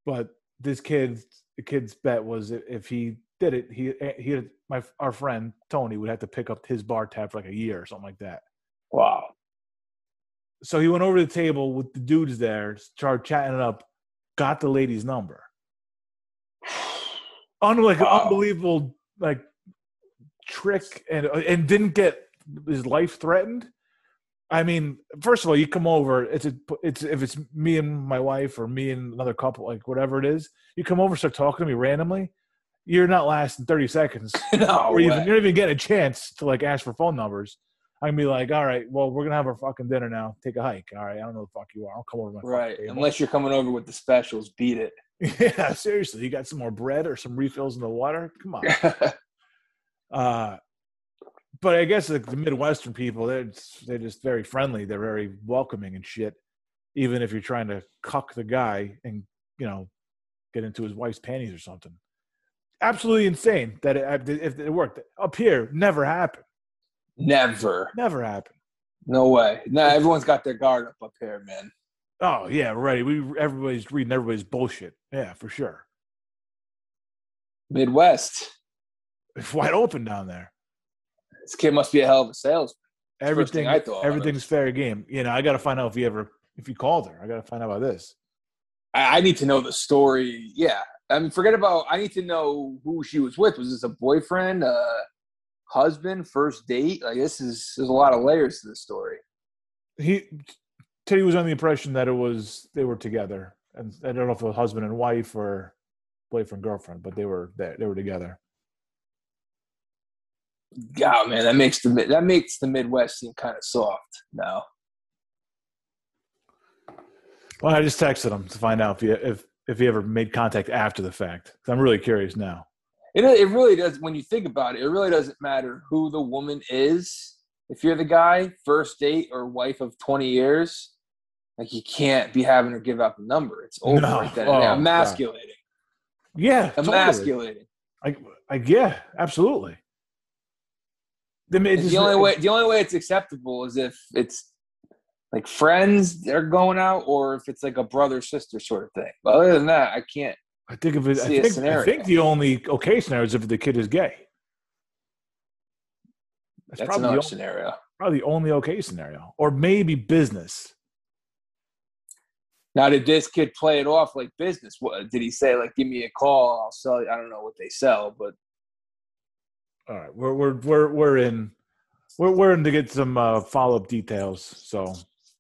[SPEAKER 2] but this kid the kid's bet was i- if he did it, he he my our friend Tony would have to pick up his bar tab for like a year or something like that.
[SPEAKER 1] Wow.
[SPEAKER 2] so he went over to the table with the dudes there, started chatting it up, got the lady's number. Unlike
[SPEAKER 1] Wow.
[SPEAKER 2] unbelievable like trick and and didn't get his life threatened. I mean, first of all, you come over. It's a, it's if it's me and my wife or me and another couple, like whatever it is. You come over, start talking to me randomly. You're not lasting thirty seconds
[SPEAKER 1] No
[SPEAKER 2] or even
[SPEAKER 1] way.
[SPEAKER 2] you're not even getting a chance to like ask for phone numbers. I'm gonna be like, all right, well, we're gonna have our fucking dinner now. Take a hike. All right, I don't know the fuck you are. I'll come over to my fucking
[SPEAKER 1] Right.
[SPEAKER 2] table.
[SPEAKER 1] Unless you're coming over with the specials, beat it.
[SPEAKER 2] yeah, seriously, you got some more bread or some refills in the water? Come on. Uh, but I guess like, the Midwestern people, they're they're just very friendly. They're very welcoming and shit. Even if you're trying to cuck the guy and you know get into his wife's panties or something, absolutely insane that it, if it worked up here, never happened.
[SPEAKER 1] Never.
[SPEAKER 2] Never happened.
[SPEAKER 1] No way. No, everyone's got their guard up up here, man.
[SPEAKER 2] Oh yeah, right. We everybody's reading everybody's bullshit. Yeah, for sure.
[SPEAKER 1] Midwest.
[SPEAKER 2] It's wide open down there.
[SPEAKER 1] This kid must be a hell of a salesman. First
[SPEAKER 2] Everything,
[SPEAKER 1] thing I thought of.
[SPEAKER 2] everything's fair game. You know, I got to find out if you ever if you called her. I got to find out about this.
[SPEAKER 1] I, I need to know the story. Yeah. I mean, forget about, I need to know who she was with. Was this a boyfriend, uh, husband, first date? Like, this is, there's a lot of layers to this story.
[SPEAKER 2] He Teddy was under the impression that it was they were together, and I don't know if it was husband and wife or boyfriend girlfriend, but they were they, they were together.
[SPEAKER 1] God, man, that makes the, Mid- that makes the Midwest seem kind of soft now.
[SPEAKER 2] Well, I just texted him to find out if you if if he ever made contact after the fact. 'Cause I'm really curious now.
[SPEAKER 1] It, it really does, when you think about it, it really doesn't matter who the woman is. If you're the guy, first date or wife of 20 years, like, you can't be having her give out the number. It's over
[SPEAKER 2] No.
[SPEAKER 1] right then.
[SPEAKER 2] Oh,
[SPEAKER 1] and there.
[SPEAKER 2] God.
[SPEAKER 1] emasculating.
[SPEAKER 2] Yeah, totally.
[SPEAKER 1] Emasculating.
[SPEAKER 2] I, I yeah, absolutely. I mean, it
[SPEAKER 1] It's
[SPEAKER 2] just-
[SPEAKER 1] the only way the only way it's acceptable is if it's like friends they're going out or if it's like a brother sister sort of thing. But other than that, I can't
[SPEAKER 2] I think of it. I
[SPEAKER 1] see a
[SPEAKER 2] think, I
[SPEAKER 1] scenario.
[SPEAKER 2] think the only okay scenario is if the kid is gay.
[SPEAKER 1] that's another
[SPEAKER 2] the only,
[SPEAKER 1] scenario.
[SPEAKER 2] probably the only okay scenario, or maybe business.
[SPEAKER 1] Now, did this kid play it off like business? What did he say? Like, give me a call, I'll sell. You. I don't know what they sell, but
[SPEAKER 2] All right, we're we're we're we're in we're we're in to get some uh, follow up details. So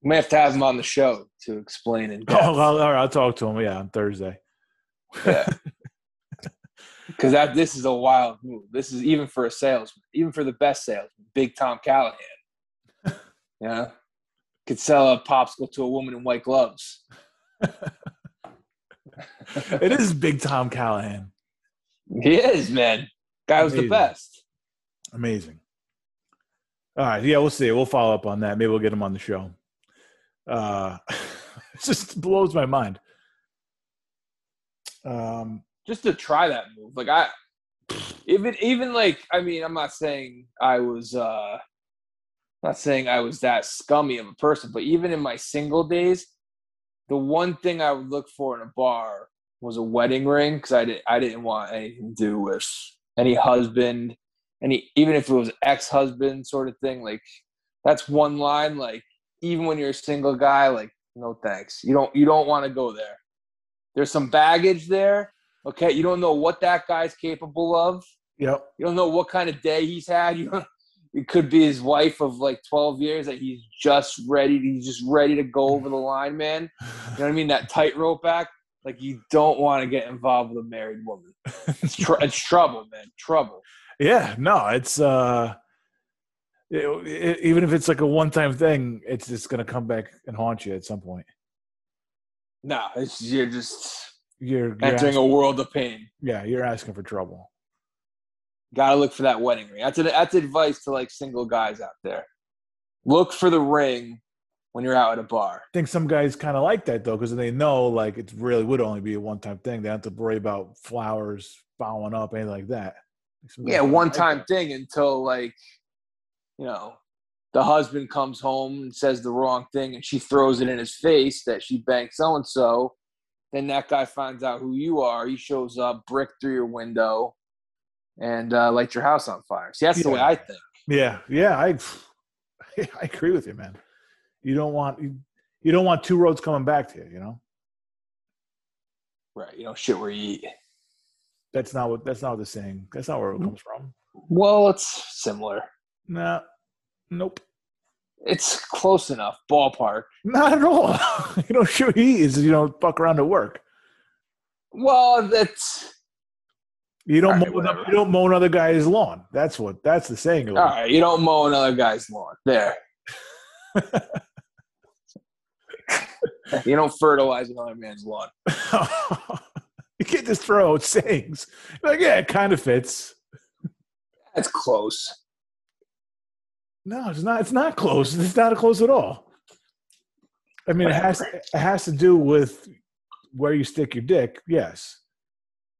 [SPEAKER 1] we may have to have him on the show to explain in
[SPEAKER 2] oh,
[SPEAKER 1] depth.
[SPEAKER 2] well, all right, I'll talk to him. Yeah, on Thursday.
[SPEAKER 1] Because that this is a wild move. This is even for a salesman, even for the best salesman, Big Tom Callahan. yeah, could sell a popsicle to a woman in white gloves.
[SPEAKER 2] it is big Tom Callahan.
[SPEAKER 1] He is man. Guy was the
[SPEAKER 2] Amazing.
[SPEAKER 1] best.
[SPEAKER 2] Amazing. All right. Yeah, we'll see. We'll follow up on that. Maybe we'll get him on the show. Uh, it just blows my mind. Um,
[SPEAKER 1] just to try that move. Like I even even like I mean, I'm not saying I was uh not saying I was that scummy of a person, but even in my single days, the one thing I would look for in a bar was a wedding ring cuz I didn't I didn't want anything to do with any husband, any even if it was ex-husband sort of thing, like that's one line like even when you're a single guy like no thanks. You don't you don't want to go there. There's some baggage there Okay, you don't know what that guy's capable of.
[SPEAKER 2] yep.
[SPEAKER 1] You don't know what kind of day he's had. You don't, it could be his wife of like 12 years that he's just ready. He's just ready to go over the line, man. You know what I mean? That tightrope act. Like you don't want to get involved with a married woman. It's, tr- it's trouble, man. Trouble.
[SPEAKER 2] Yeah. No, it's, uh, it- it- even if it's like a one time thing, it's just going to come back and haunt you at some point.
[SPEAKER 1] No, it's, you're just
[SPEAKER 2] You're, you're
[SPEAKER 1] entering
[SPEAKER 2] asking,
[SPEAKER 1] a world of pain.
[SPEAKER 2] yeah, you're asking for trouble.
[SPEAKER 1] Gotta look for that wedding ring. That's, that's advice to like single guys out there. Look for the ring when you're out at a bar.
[SPEAKER 2] I think some guys kind of like that though, because they know like it really would only be a one time thing. They don't have to worry about flowers bowing up, anything like that. Some guys
[SPEAKER 1] yeah
[SPEAKER 2] kinda
[SPEAKER 1] one
[SPEAKER 2] like
[SPEAKER 1] time
[SPEAKER 2] that.
[SPEAKER 1] thing until like you know the husband comes home and says the wrong thing and she throws it in his face that she banged so and so then that guy finds out who you are he shows up brick through your window and uh, lights your house on fire see that's the way
[SPEAKER 2] Yeah.
[SPEAKER 1] i think
[SPEAKER 2] Yeah, yeah, I, I agree with you, man. You don't want you, you don't want two roads coming back to you. You know
[SPEAKER 1] right you know shit where you eat
[SPEAKER 2] that's not what that's not what the saying. That's not where it comes from.
[SPEAKER 1] well it's similar
[SPEAKER 2] Nah, nope,
[SPEAKER 1] it's close enough ballpark
[SPEAKER 2] not at all. you don't shoot he is you don't fuck around at work.
[SPEAKER 1] well that's
[SPEAKER 2] You don't
[SPEAKER 1] All right,
[SPEAKER 2] mow, another-
[SPEAKER 1] whatever.
[SPEAKER 2] you don't mow another guy's lawn. That's what that's the saying.
[SPEAKER 1] all right you don't mow another guy's lawn there you don't fertilize another man's lawn
[SPEAKER 2] you can't just throw out sayings. Like, yeah, it kind of fits.
[SPEAKER 1] that's close
[SPEAKER 2] No, it's not. It's not close. It's not close at all. I mean, it has it has to do with where you stick your dick. Yes,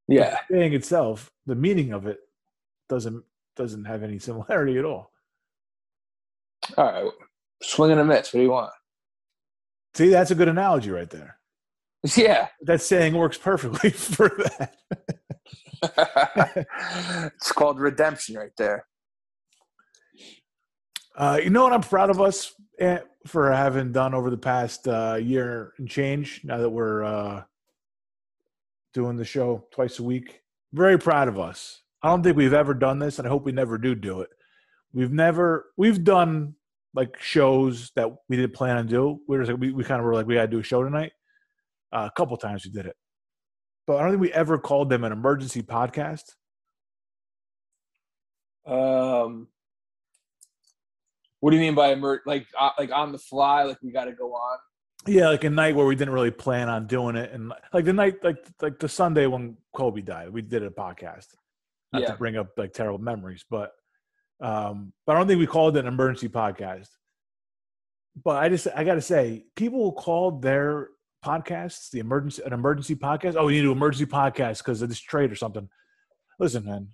[SPEAKER 1] yeah
[SPEAKER 2] the saying itself, the meaning of it doesn't doesn't have any similarity at all.
[SPEAKER 1] All right. Swing and a miss. What do you want?
[SPEAKER 2] See, that's a good analogy right there.
[SPEAKER 1] Yeah.
[SPEAKER 2] That saying works perfectly for that.
[SPEAKER 1] it's called redemption right there.
[SPEAKER 2] Uh, you know what I'm proud of us eh, for having done over the past uh, year and change. Now that we're uh, doing the show twice a week, very proud of us. I don't think we've ever done this, and I hope we never do do it. We've never we've done like shows that we didn't plan on do. We were just like, we, we kind of were like we got to do a show tonight. Uh, a couple times we did it, but I don't think we ever called them an emergency podcast.
[SPEAKER 1] Um, what do you mean by emer- like uh, like on the fly? Like we got to go on.
[SPEAKER 2] Yeah, like a night where we didn't really plan on doing it, and like the night, like like the Sunday when Kobe died, we did a podcast. Not
[SPEAKER 1] Yeah.
[SPEAKER 2] to bring up like terrible memories, but um, but I don't think we called it an emergency podcast. But I just I gotta say, people will call their podcasts the emergency an emergency podcast. Oh, we need to do emergency podcast because of this trade or something. Listen, man,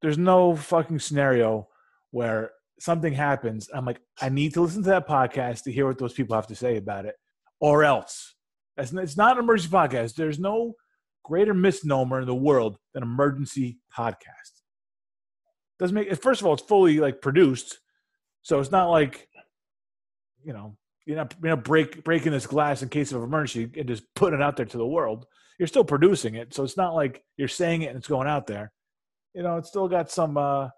[SPEAKER 2] there's no fucking scenario where something happens. I'm like, I need to listen to that podcast to hear what those people have to say about it, or else. That's n- it's not an emergency podcast. There's no greater misnomer in the world than emergency podcast. Doesn't make first of all, it's fully like produced, So it's not like, you know, you're not you know break breaking this glass in case of emergency and just putting it out there to the world. You're still producing it, so it's not like you're saying it and it's going out there. You know, it's still got some uh,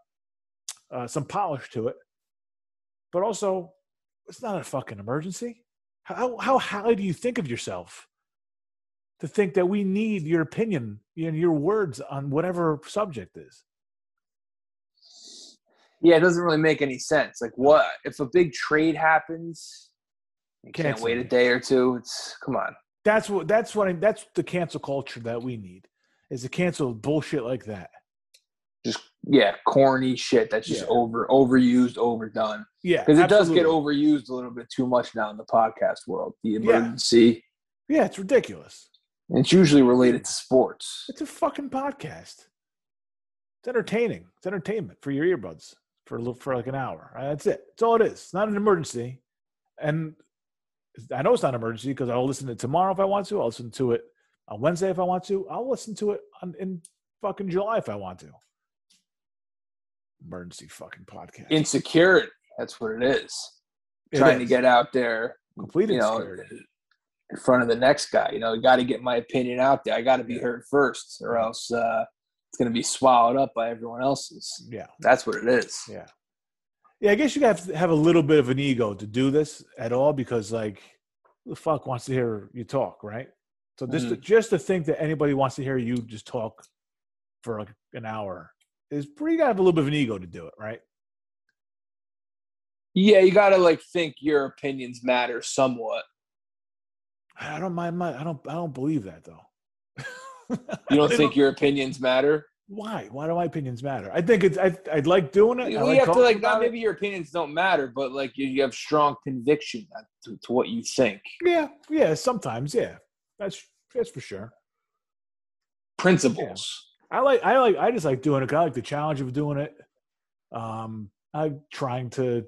[SPEAKER 2] uh some polish to it, but also it's not a fucking emergency. How how highly do you think of yourself to think that we need your opinion and your words on whatever subject is?
[SPEAKER 1] Yeah, it doesn't really make any sense. Like, what if a big trade happens? You can't
[SPEAKER 2] Cancel.
[SPEAKER 1] wait a day or two. It's come on.
[SPEAKER 2] That's what that's what I, that's the cancel culture that we need is to cancel bullshit like that.
[SPEAKER 1] Yeah, corny shit that's just
[SPEAKER 2] Yeah.
[SPEAKER 1] over overused, overdone.
[SPEAKER 2] Yeah,
[SPEAKER 1] Because it does get
[SPEAKER 2] absolutely.
[SPEAKER 1] overused a little bit too much now in the podcast world. The emergency.
[SPEAKER 2] Yeah, it's ridiculous.
[SPEAKER 1] and It's usually related to sports.
[SPEAKER 2] It's a fucking podcast. It's entertaining. It's entertainment for your earbuds for a little, for like an hour. Uh, That's it. That's all it is. It's not an emergency, and it's- I know it's not an emergency because I'll listen to it tomorrow if I want to. I'll listen to it on Wednesday if I want to. I'll listen to it on, in fucking July if I want to. Emergency fucking podcast.
[SPEAKER 1] Insecurity. That's what it is.
[SPEAKER 2] It
[SPEAKER 1] Trying to
[SPEAKER 2] is.
[SPEAKER 1] get out there
[SPEAKER 2] complete
[SPEAKER 1] you know,
[SPEAKER 2] insecurity.
[SPEAKER 1] in front of the next guy. You know, I got to get my opinion out there. I got to be
[SPEAKER 2] Yeah.
[SPEAKER 1] heard first, or else uh, it's going to be swallowed up by everyone else's.
[SPEAKER 2] yeah.
[SPEAKER 1] That's what it is.
[SPEAKER 2] Yeah. Yeah, I guess you have to have a little bit of an ego to do this at all because, like, who the fuck wants to hear you talk, right? So just
[SPEAKER 1] Mm-hmm.
[SPEAKER 2] to, just to think that anybody wants to hear you just talk for like an hour is pretty. You gotta have a little bit of an ego to do it, right?
[SPEAKER 1] Yeah, you got to like think your opinions matter somewhat.
[SPEAKER 2] I don't mind my. I don't. I don't believe that though.
[SPEAKER 1] You don't
[SPEAKER 2] They
[SPEAKER 1] think your opinions matter?
[SPEAKER 2] why? Why do my opinions matter? I think it's. I. I like doing it.
[SPEAKER 1] We
[SPEAKER 2] I like
[SPEAKER 1] have to
[SPEAKER 2] talking
[SPEAKER 1] like not
[SPEAKER 2] about it.
[SPEAKER 1] maybe your opinions don't matter, but like you, you have strong conviction at- to, to what you think.
[SPEAKER 2] Yeah. Yeah. Sometimes. Yeah. That's that's for sure.
[SPEAKER 1] Principles.
[SPEAKER 2] I like I like I just like doing it. I like the challenge of doing it. Um, I like trying to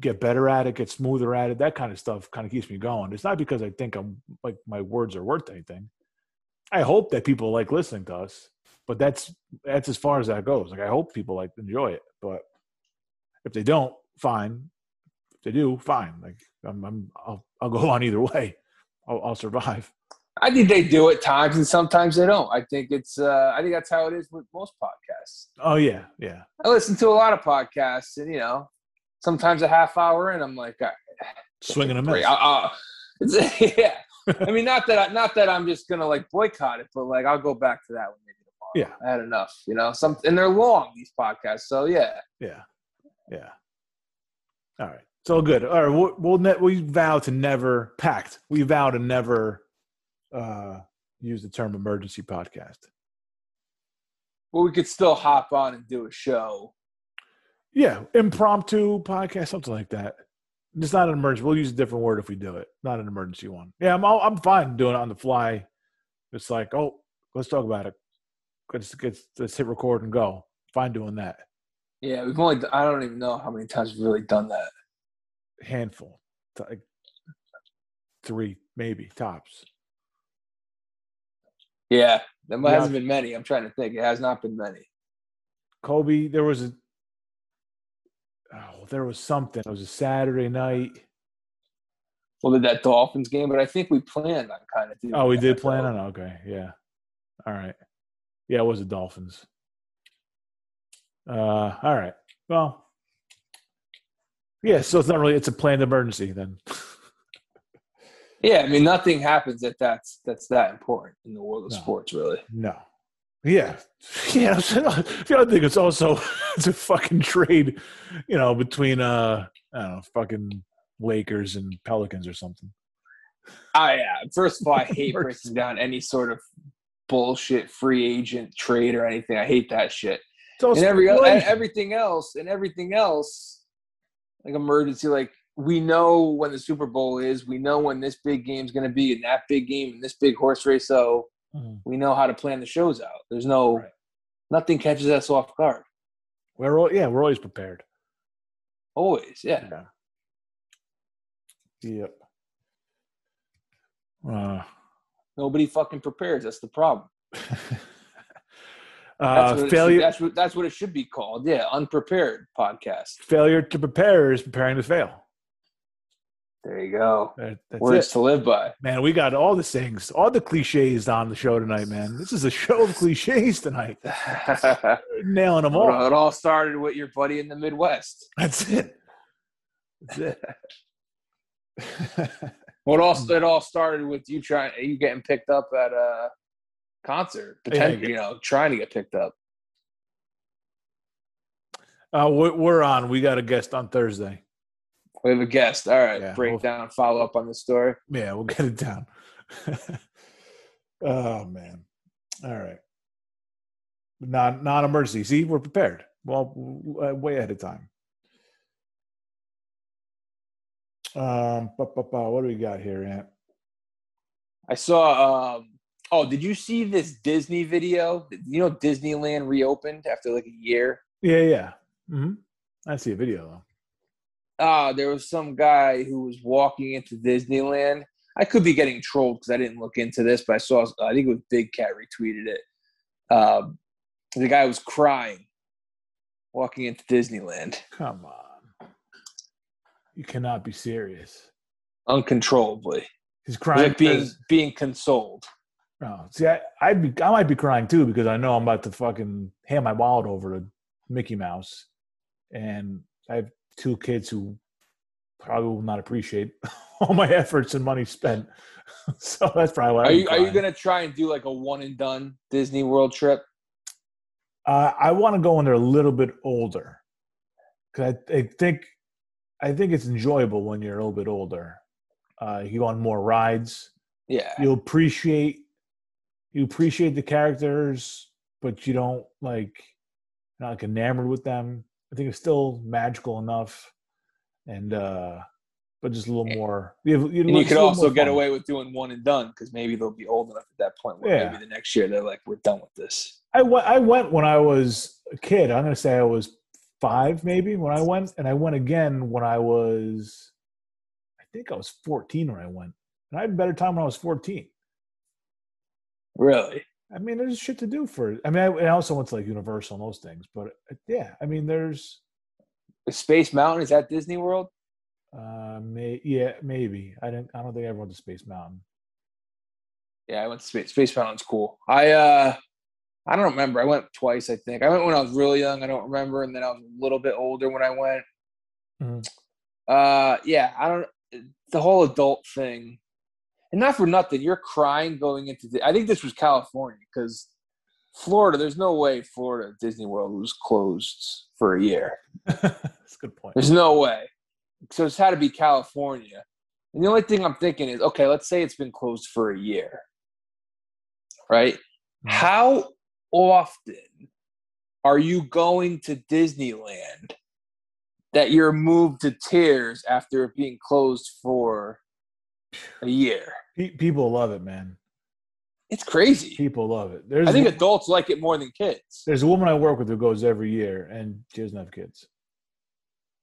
[SPEAKER 2] get better at it, get smoother at it. That kind of stuff kind of keeps me going. It's not because I think I'm like my words are worth anything. I hope that people like listening to us, but that's that's as far as that goes. Like I hope people like enjoy it, but if they don't, fine. If they do, fine. Like I'm, I'm I'll I'll go on either way. I'll, I'll survive.
[SPEAKER 1] I think they do at times, and sometimes they don't. I think it's. Uh, I think that's how it is with most podcasts.
[SPEAKER 2] Oh yeah, yeah.
[SPEAKER 1] I listen to a lot of podcasts, and you know, sometimes a half hour in, I'm like, "Ah,
[SPEAKER 2] Swinging a miss.
[SPEAKER 1] great. I, I, it's, yeah. I mean, not that I, not that I'm just gonna like boycott it, but like I'll go back to that one maybe tomorrow.
[SPEAKER 2] Yeah.
[SPEAKER 1] I had enough. You know, some and they're long these podcasts, so yeah.
[SPEAKER 2] Yeah. Yeah. All right. It's all good. All right. We'll, we'll ne- we vow to never pact. We vow to never uh, use the term emergency podcast.
[SPEAKER 1] But we could still hop on and do a show.
[SPEAKER 2] Yeah. Impromptu podcast, something like that. It's not an emergency. We'll use a different word if we do it. Not an emergency one. Yeah. I'm, all, I'm fine doing it on the fly. It's like, oh, let's talk about it. Let's, let's, let's hit record and go. Fine doing that.
[SPEAKER 1] Yeah, we've only. I don't even know how many times we've really done that.
[SPEAKER 2] Handful. It's Like three, maybe tops.
[SPEAKER 1] Yeah, there
[SPEAKER 2] Yeah.
[SPEAKER 1] hasn't been many. I'm trying to think. It has not been many.
[SPEAKER 2] Kobe, there was a oh, there was something. It was a Saturday night.
[SPEAKER 1] Well, did that Dolphins game, but I think we planned on kind of. doing
[SPEAKER 2] Oh, we
[SPEAKER 1] that,
[SPEAKER 2] did plan
[SPEAKER 1] though.
[SPEAKER 2] on okay, yeah. All right. Yeah, it was the Dolphins. Uh all right. Well. Yeah, so it's not really it's a planned emergency then.
[SPEAKER 1] Yeah, I mean, nothing happens that that's that's that important in the world of
[SPEAKER 2] No.
[SPEAKER 1] sports, really.
[SPEAKER 2] No. Yeah. Yeah. so The other thing is also it's a fucking trade, you know, between uh I don't know, fucking Lakers and Pelicans or something.
[SPEAKER 1] I uh, first of all, I hate
[SPEAKER 2] Works.
[SPEAKER 1] breaking down any sort of bullshit free agent trade or anything. I hate that shit.
[SPEAKER 2] It's also
[SPEAKER 1] And every and
[SPEAKER 2] speculation.
[SPEAKER 1] everything else and everything else, like emergency, like we know when the Super Bowl is, we know when this big game's going to be, and that big game, and this big horse race. So
[SPEAKER 2] Mhm.
[SPEAKER 1] we know how to plan the shows out. There's no
[SPEAKER 2] Right.
[SPEAKER 1] nothing catches us off guard.
[SPEAKER 2] We're all, yeah, we're always prepared.
[SPEAKER 1] Always, yeah.
[SPEAKER 2] Yep. Uh,
[SPEAKER 1] Nobody fucking prepares. That's the problem.
[SPEAKER 2] uh,
[SPEAKER 1] That's,
[SPEAKER 2] Uh,
[SPEAKER 1] what failure.
[SPEAKER 2] failure,
[SPEAKER 1] that's, what, that's what it should be called. Yeah, unprepared podcast.
[SPEAKER 2] failure to prepare is preparing to fail.
[SPEAKER 1] There you go.
[SPEAKER 2] That- That's
[SPEAKER 1] Words
[SPEAKER 2] it.
[SPEAKER 1] to live by.
[SPEAKER 2] Man, we got all the things, all the cliches on the show tonight, man. This is a show of cliches tonight. We're Nailing them all.
[SPEAKER 1] it all started with your buddy in the Midwest.
[SPEAKER 2] That's it. That's it.
[SPEAKER 1] Well, it
[SPEAKER 2] Mm-hmm.
[SPEAKER 1] all it all started with you trying you getting picked up at a concert,
[SPEAKER 2] Yeah,
[SPEAKER 1] pretend,
[SPEAKER 2] yeah.
[SPEAKER 1] you know, trying to get picked up.
[SPEAKER 2] uh, we're, we're on. We got a guest on Thursday.
[SPEAKER 1] We have a guest. All right,
[SPEAKER 2] Yeah, we'll-
[SPEAKER 1] breakdown, follow up on the story.
[SPEAKER 2] Yeah, we'll get it down. oh man! All right. Non non emergency. See, we're prepared. Well, w- w- way ahead of time. Um, ba, ba, ba, what do we got here, Ant?
[SPEAKER 1] I saw. Um, oh, did you see this Disney video? You know, Disneyland reopened after like a year.
[SPEAKER 2] Yeah, yeah. hmm I see a video though.
[SPEAKER 1] Ah, there was some guy who was walking into Disneyland. I could be getting trolled because I didn't look into this, but I saw. I think it was Big Cat retweeted it. Um, the guy was crying walking into Disneyland,
[SPEAKER 2] Come on, you cannot be serious.
[SPEAKER 1] uncontrollably.
[SPEAKER 2] He's
[SPEAKER 1] It was
[SPEAKER 2] crying.
[SPEAKER 1] like being
[SPEAKER 2] because-
[SPEAKER 1] being consoled.
[SPEAKER 2] oh, see, I, I'd be, I might be crying too because I know I'm about to fucking hand my wallet over to Mickey Mouse, and I have two kids who probably will not appreciate all my efforts and money spent. so that's probably why.
[SPEAKER 1] Are
[SPEAKER 2] I'm
[SPEAKER 1] you are you
[SPEAKER 2] crying.
[SPEAKER 1] gonna try and do like a one and done Disney World trip?
[SPEAKER 2] Uh, I want to go when they're a little bit older, because I, I think I think it's enjoyable when you're a little bit older. Uh, you go on more rides.
[SPEAKER 1] Yeah.
[SPEAKER 2] You appreciate you appreciate the characters, but you don't like you're not like enamored with them. I think it's still magical enough, and uh, but just a little
[SPEAKER 1] And-
[SPEAKER 2] more. You, have,
[SPEAKER 1] And you could also get
[SPEAKER 2] away.
[SPEAKER 1] away with doing one and done because maybe they'll be old enough at that point where
[SPEAKER 2] Yeah.
[SPEAKER 1] maybe the next year they're like, we're done with this.
[SPEAKER 2] I went. I went when I was a kid. I'm gonna say I was five, maybe when I went, and I went again when I was. I think I was 14 when I went, and I had a better time when I was 14.
[SPEAKER 1] Really?
[SPEAKER 2] I mean, there's shit to do for. I mean, I, and I also went to like Universal and those things, but uh, yeah, I mean, there's.
[SPEAKER 1] Is Space Mountain is at Disney World?
[SPEAKER 2] Uh, may, yeah, maybe I didn't. I don't think I ever went to Space Mountain.
[SPEAKER 1] Yeah, I went to Space, Space Mountain's cool. I uh I don't remember. I went twice, I think. I went when I was really young, I don't remember, and then I was a little bit older when I went.
[SPEAKER 2] Mhm.
[SPEAKER 1] Uh yeah, I don't the whole adult thing. And not for nothing, you're crying going into the, I think this was California because Florida, there's no way Florida Disney World was closed for a year.
[SPEAKER 2] That's a good point.
[SPEAKER 1] There's no way. So it's had to be California. And the only thing I'm thinking is, okay, let's say it's been closed for a year. Right?
[SPEAKER 2] Mhm.
[SPEAKER 1] How often are you going to Disneyland that you're moved to tears after it being closed for a year?
[SPEAKER 2] Pe- people love it, man.
[SPEAKER 1] It's crazy.
[SPEAKER 2] People love it. There's
[SPEAKER 1] I think adults like it more than kids.
[SPEAKER 2] There's a woman I work with who goes every year, and she doesn't have kids.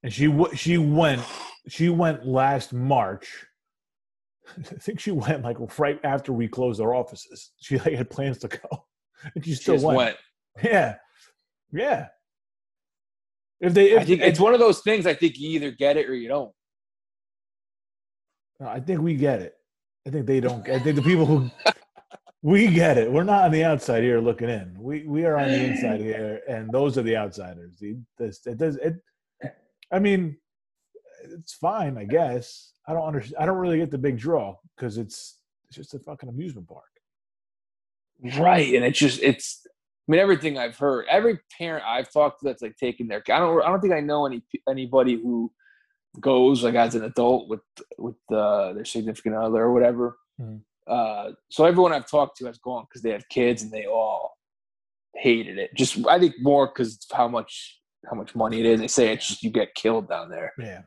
[SPEAKER 2] And she w- she went she went last March. I think she went like right after we closed our offices. She like had plans to go, and she
[SPEAKER 1] She
[SPEAKER 2] still
[SPEAKER 1] just
[SPEAKER 2] went.
[SPEAKER 1] went.
[SPEAKER 2] Yeah, yeah. If they, if,
[SPEAKER 1] I think it's one of those things I think you either get it or you don't.
[SPEAKER 2] I think we get it. I think they don't. I think the people who we get it. We're not on the outside here looking in. We we are on the inside here, and those are the outsiders. The, this it does it. I mean, it's fine, I guess. I don't understand. I don't really get the big draw because it's it's just a fucking amusement park.
[SPEAKER 1] Right, and it's just it's. I mean, everything I've heard, every parent I've talked to that's like taking their. I don't. I don't think I know any anybody who goes like as an adult with with uh, their significant other or whatever.
[SPEAKER 2] Mhm.
[SPEAKER 1] Uh, so everyone I've talked to has gone because they have kids and they all hated it. Just I think more because how much how much money it is. They say it's just you get killed down there.
[SPEAKER 2] Yeah,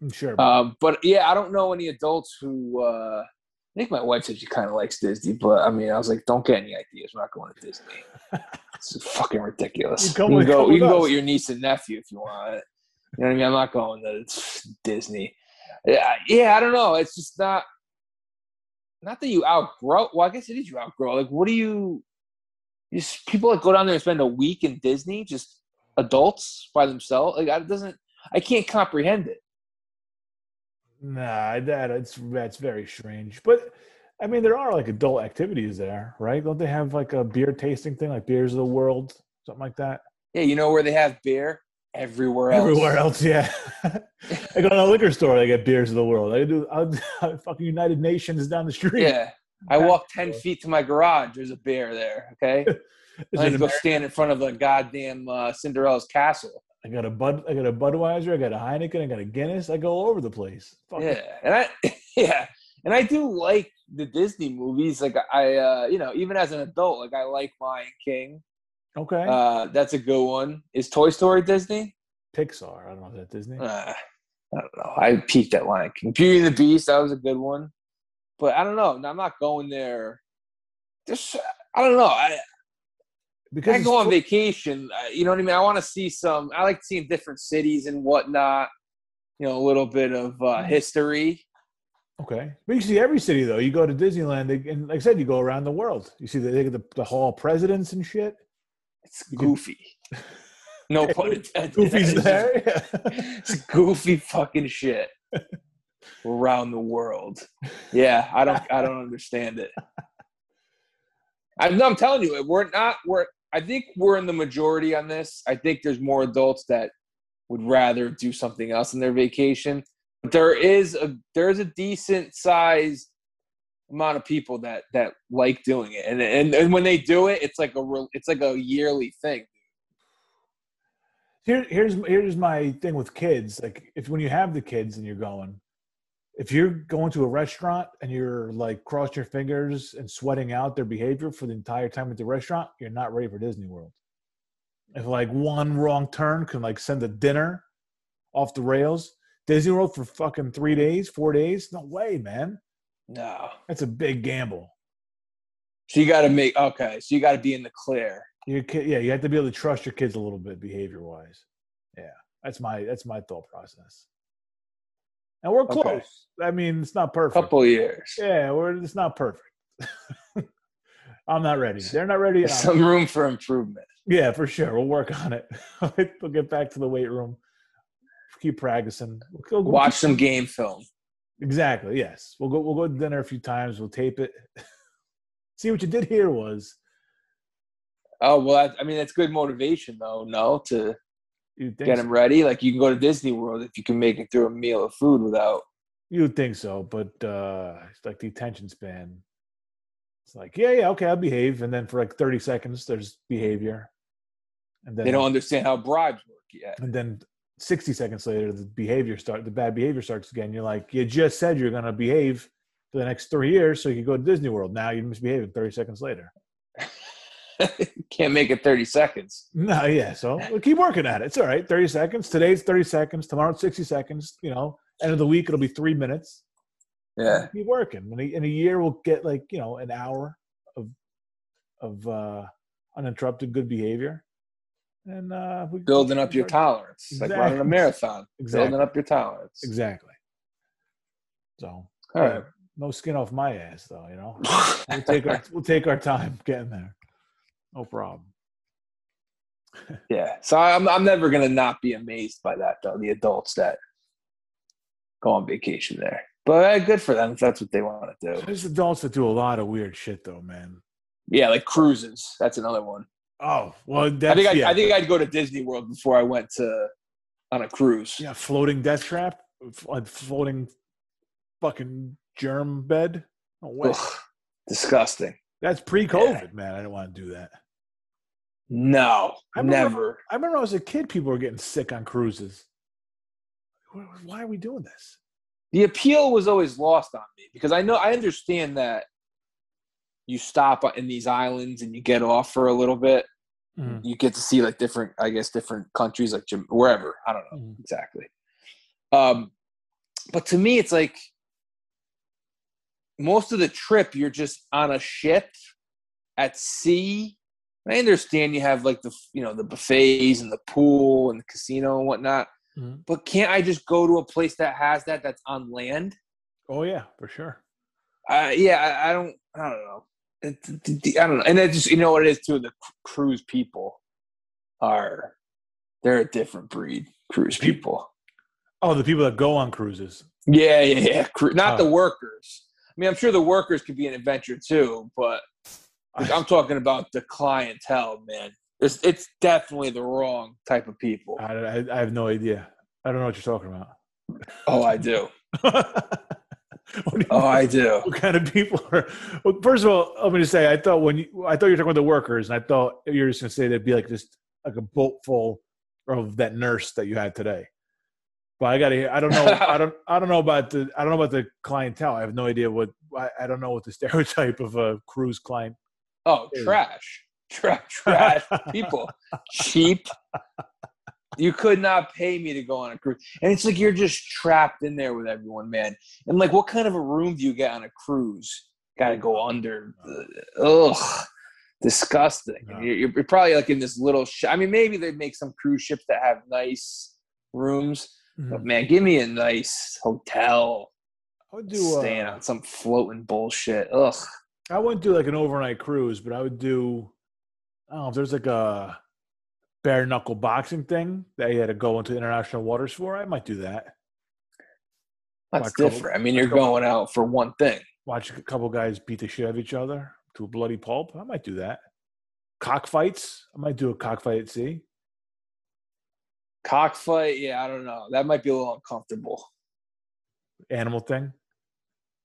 [SPEAKER 2] I'm sure.
[SPEAKER 1] Um, but yeah, I don't know any adults who. Uh, I think my wife said she kind of likes Disney, but I mean, I was like, don't get any ideas. We're not going to Disney. It's fucking ridiculous.
[SPEAKER 2] You
[SPEAKER 1] You,
[SPEAKER 2] come
[SPEAKER 1] can
[SPEAKER 2] with-
[SPEAKER 1] go.
[SPEAKER 2] come
[SPEAKER 1] you
[SPEAKER 2] with
[SPEAKER 1] can go
[SPEAKER 2] us.
[SPEAKER 1] with your niece and nephew if you want. You know what I mean? I'm not going to Disney. Yeah, yeah, I don't know. It's just not. Not that you outgrow. Well, I guess it is you outgrow. Like, what do you? You s people that go down there and spend a week in Disney, just adults by themselves. Like I it doesn't, I can't comprehend it.
[SPEAKER 2] Nah, that it's that's very strange. But I mean, there are like adult activities there, right? Don't they have like a beer tasting thing, like Beers of the World, something like that?
[SPEAKER 1] Yeah, you know where they have beer everywhere else.
[SPEAKER 2] Everywhere else, yeah. I go to a liquor store, I get Beers of the World. I do I'll, fucking United Nations down the street.
[SPEAKER 1] Yeah, I walk ten feet to my garage. There's a beer there. Okay,
[SPEAKER 2] Is
[SPEAKER 1] I
[SPEAKER 2] it
[SPEAKER 1] need to go
[SPEAKER 2] Ameri-
[SPEAKER 1] stand in front of a goddamn uh, Cinderella's castle.
[SPEAKER 2] I got a Bud, I got a Budweiser, I got a Heineken, I got a Guinness. I go all over the place. Fuck
[SPEAKER 1] Yeah, and I yeah, and I do like the Disney movies. Like I, uh, you know, even as an adult, like I like Lion King.
[SPEAKER 2] Okay.
[SPEAKER 1] Uh, that's a good one. Is Toy Story Disney?
[SPEAKER 2] Pixar. I don't know if that's Disney.
[SPEAKER 1] Uh, I don't know. I peaked at Lion King. Beauty and the Beast. That was a good one, but I don't know. I'm not going there. Just I don't know. I,
[SPEAKER 2] because
[SPEAKER 1] I
[SPEAKER 2] it's
[SPEAKER 1] go on
[SPEAKER 2] fo-
[SPEAKER 1] vacation. uh, You know what I mean? I want to see some. I like seeing different cities and whatnot. You know, a little bit of
[SPEAKER 2] Mm.
[SPEAKER 1] uh, history.
[SPEAKER 2] Okay, but you see every city though. You go to Disneyland, they, and like I said, you go around the world. You see the they get the, the Hall of Presidents and shit.
[SPEAKER 1] It's
[SPEAKER 2] You can-
[SPEAKER 1] goofy. No pun intended. It's
[SPEAKER 2] Goofy's
[SPEAKER 1] just-
[SPEAKER 2] there.
[SPEAKER 1] It's goofy fucking shit around the world. Yeah, I don't. I don't understand it. I'm, no, I'm telling you, we're not. We're. I think we're in the majority on this. I think there's more adults that would rather do something else in their vacation. But there is a there is a decent sized amount of people that that like doing it, and and and when they do it, it's like a real it's like a yearly thing.
[SPEAKER 2] Here, here's here's my thing with kids. Like, if when you have the kids and you're going, if you're going to a restaurant and you're like crossing your fingers and sweating out their behavior for the entire time at the restaurant, you're not ready for Disney World. If like one wrong turn can like send the dinner off the rails, Disney World for fucking three days, four days, no way, man.
[SPEAKER 1] No,
[SPEAKER 2] That's a big gamble.
[SPEAKER 1] so you got to make okay. So you got to be in the clear.
[SPEAKER 2] Your kid, yeah, you have to be able to trust your kids a little bit behavior wise. Yeah, that's my that's my thought process. And we're
[SPEAKER 1] Okay.
[SPEAKER 2] close. I mean, it's not perfect.
[SPEAKER 1] couple years.
[SPEAKER 2] Yeah, we're it's not perfect. I'm not ready. They're not ready.
[SPEAKER 1] There's
[SPEAKER 2] I'm-
[SPEAKER 1] some room for improvement.
[SPEAKER 2] yeah, for sure. We'll work on it. we'll get back to the weight room. Keep practicing. We'll, go- we'll
[SPEAKER 1] Watch some game film.
[SPEAKER 2] Exactly. Yes, we'll go. We'll go to dinner a few times. We'll tape it. See what you did here was
[SPEAKER 1] Oh well, I, I mean that's good motivation though. No, to
[SPEAKER 2] you think
[SPEAKER 1] get them ready. Like you can go to Disney World if you can make it through a meal of food without.
[SPEAKER 2] You would think so, but uh it's like the attention span. It's like, yeah, yeah, okay, I'll behave. And then for like 30 seconds, there's behavior. And then
[SPEAKER 1] They don't understand how bribes work yet.
[SPEAKER 2] and then 60 seconds later, the behavior start the bad behavior starts again. You're like, you just said you're gonna behave for the next three years, so you could go to Disney World. Now you're misbehaving 30 seconds later.
[SPEAKER 1] Can't make it 30 seconds.
[SPEAKER 2] No, yeah. So we'll keep working at it. It's all right. 30 seconds. Today's 30 seconds, tomorrow it's 60 seconds, you know, end of the week it'll be three minutes.
[SPEAKER 1] Yeah.
[SPEAKER 2] be working. In a, in a year, we'll get like you know an hour of of uh, uninterrupted good behavior, and uh, we
[SPEAKER 1] Building up your tolerance. Like running a
[SPEAKER 2] Exactly.
[SPEAKER 1] marathon.
[SPEAKER 2] Exactly.
[SPEAKER 1] Building up your tolerance.
[SPEAKER 2] Exactly. So
[SPEAKER 1] All right.
[SPEAKER 2] no skin off my ass, though. You know, we'll take our we'll take our time getting there. No problem.
[SPEAKER 1] yeah. So I'm, I'm never going to not be amazed by that, though, the adults that go on vacation there. But eh, good for them if that's what they want to do.
[SPEAKER 2] There's adults that do a lot of weird shit, though, man.
[SPEAKER 1] Yeah, like cruises. That's another one.
[SPEAKER 2] Oh well, that's,
[SPEAKER 1] I think I,
[SPEAKER 2] yeah,
[SPEAKER 1] I think I'd go to Disney World before I went to on a cruise.
[SPEAKER 2] yeah, floating death trap, f- a floating fucking germ bed. No way.
[SPEAKER 1] Ugh, disgusting.
[SPEAKER 2] That's pre-COVID, man. I didn't want to do that.
[SPEAKER 1] No,
[SPEAKER 2] I remember-
[SPEAKER 1] never.
[SPEAKER 2] I remember when I was a kid, people were getting sick on cruises. Why- Why are we doing this?
[SPEAKER 1] The appeal was always lost on me because I know I understand that you stop in these islands and you get off for a little bit.
[SPEAKER 2] Mm.
[SPEAKER 1] You get to see like different, I guess, different countries like Jam- wherever. I don't know.
[SPEAKER 2] Mm-hmm.
[SPEAKER 1] exactly. Um, but to me, it's like most of the trip you're just on a ship at sea. And I understand you have like the you know the buffets and the pool and the casino and whatnot,
[SPEAKER 2] Mhm.
[SPEAKER 1] but can't I just go to a place that has that that's on land?
[SPEAKER 2] Oh yeah, for sure.
[SPEAKER 1] Uh, yeah, I, I don't. I don't know. it, it- I don't know. And it just you know what it is too. The cr- cruise people are they're a different breed. Cruise people.
[SPEAKER 2] Oh, the people that go on cruises.
[SPEAKER 1] Yeah, yeah, yeah. Cru- not
[SPEAKER 2] Oh.
[SPEAKER 1] the workers. I mean, I'm sure the workers could be an adventure too, but like, I'm talking about the clientele, man. It's it's definitely the wrong type of people.
[SPEAKER 2] I, I, I have no idea. I don't know what you're talking about.
[SPEAKER 1] Oh, I do.
[SPEAKER 2] What do you-
[SPEAKER 1] Oh, I do.
[SPEAKER 2] what kind of people are? Well, first of all, I'm going to say I thought when you, I thought you were talking about the workers, and I thought you were just going to say that'd be like just like a boat full of that nurse that you had today. But I got to. I don't know. I don't. I don't know about the. I don't know about the clientele. I have no idea what. I, I don't know what the stereotype of a cruise client.
[SPEAKER 1] Oh,
[SPEAKER 2] Dude.
[SPEAKER 1] trash, trash, trash. people, cheap. You could not pay me to go on a cruise, and it's like you're just trapped in there with everyone, man. And like, what kind of a room do you get on a cruise? Got to go under. Ugh, disgusting.
[SPEAKER 2] No.
[SPEAKER 1] You're, you're probably like in this little. Sh- I mean, maybe they make some cruise ships that have nice rooms,
[SPEAKER 2] Hmm.
[SPEAKER 1] but man, give me a nice hotel.
[SPEAKER 2] I would do. Uh,
[SPEAKER 1] Staying on some floating bullshit. Ugh.
[SPEAKER 2] I wouldn't do like an overnight cruise, but I would do. I don't know if there's like a bare knuckle boxing thing that you had to go into international waters for. I might do that.
[SPEAKER 1] That's
[SPEAKER 2] Like a couple-
[SPEAKER 1] different. I mean, you're
[SPEAKER 2] like a couple-
[SPEAKER 1] going out for one thing.
[SPEAKER 2] Watch a couple guys beat the shit out of each other to a bloody pulp. I might do that. Cockfights. I might do a cockfight at sea.
[SPEAKER 1] Cockfight, yeah, I don't know. That might be a little uncomfortable.
[SPEAKER 2] Animal thing.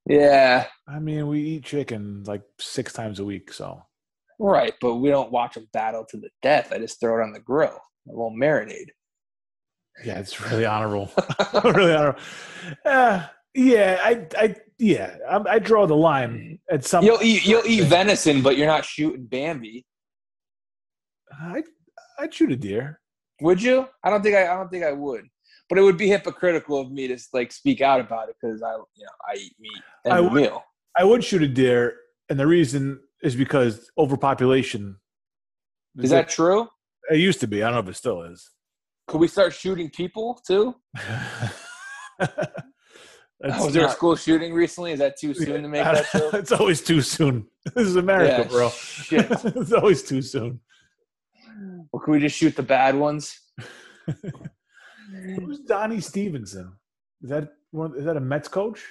[SPEAKER 1] Yeah,
[SPEAKER 2] I mean, we eat chicken like six times a week, so
[SPEAKER 1] right. But we don't watch a battle to the death. I just throw it on the grill, a little marinade.
[SPEAKER 2] yeah, it's really honorable. really honorable. Uh, yeah, I, I, yeah, I, I draw the line at some.
[SPEAKER 1] You'll eat, you'll eat venison, but you're not shooting Bambi,
[SPEAKER 2] I, I'd shoot a deer.
[SPEAKER 1] would you? I don't think I, I don't think I would. But it would be hypocritical of me to like speak out about it because I, you know, I eat meat
[SPEAKER 2] I
[SPEAKER 1] every
[SPEAKER 2] would-
[SPEAKER 1] meal.
[SPEAKER 2] I would shoot a deer, and the reason is because overpopulation.
[SPEAKER 1] Is that true?
[SPEAKER 2] it used to be? I don't know if it still is.
[SPEAKER 1] Could we start shooting people too?
[SPEAKER 2] That's
[SPEAKER 1] was Oh, there a
[SPEAKER 2] not-
[SPEAKER 1] school shooting recently? Is that too soon to make that joke?
[SPEAKER 2] it's always too soon. This is America,
[SPEAKER 1] Yeah,
[SPEAKER 2] bro.
[SPEAKER 1] Shit.
[SPEAKER 2] it's always too soon.
[SPEAKER 1] Well, can we just shoot the bad ones?
[SPEAKER 2] Who's Donnie Stevenson? Is that one? Is that a Mets coach?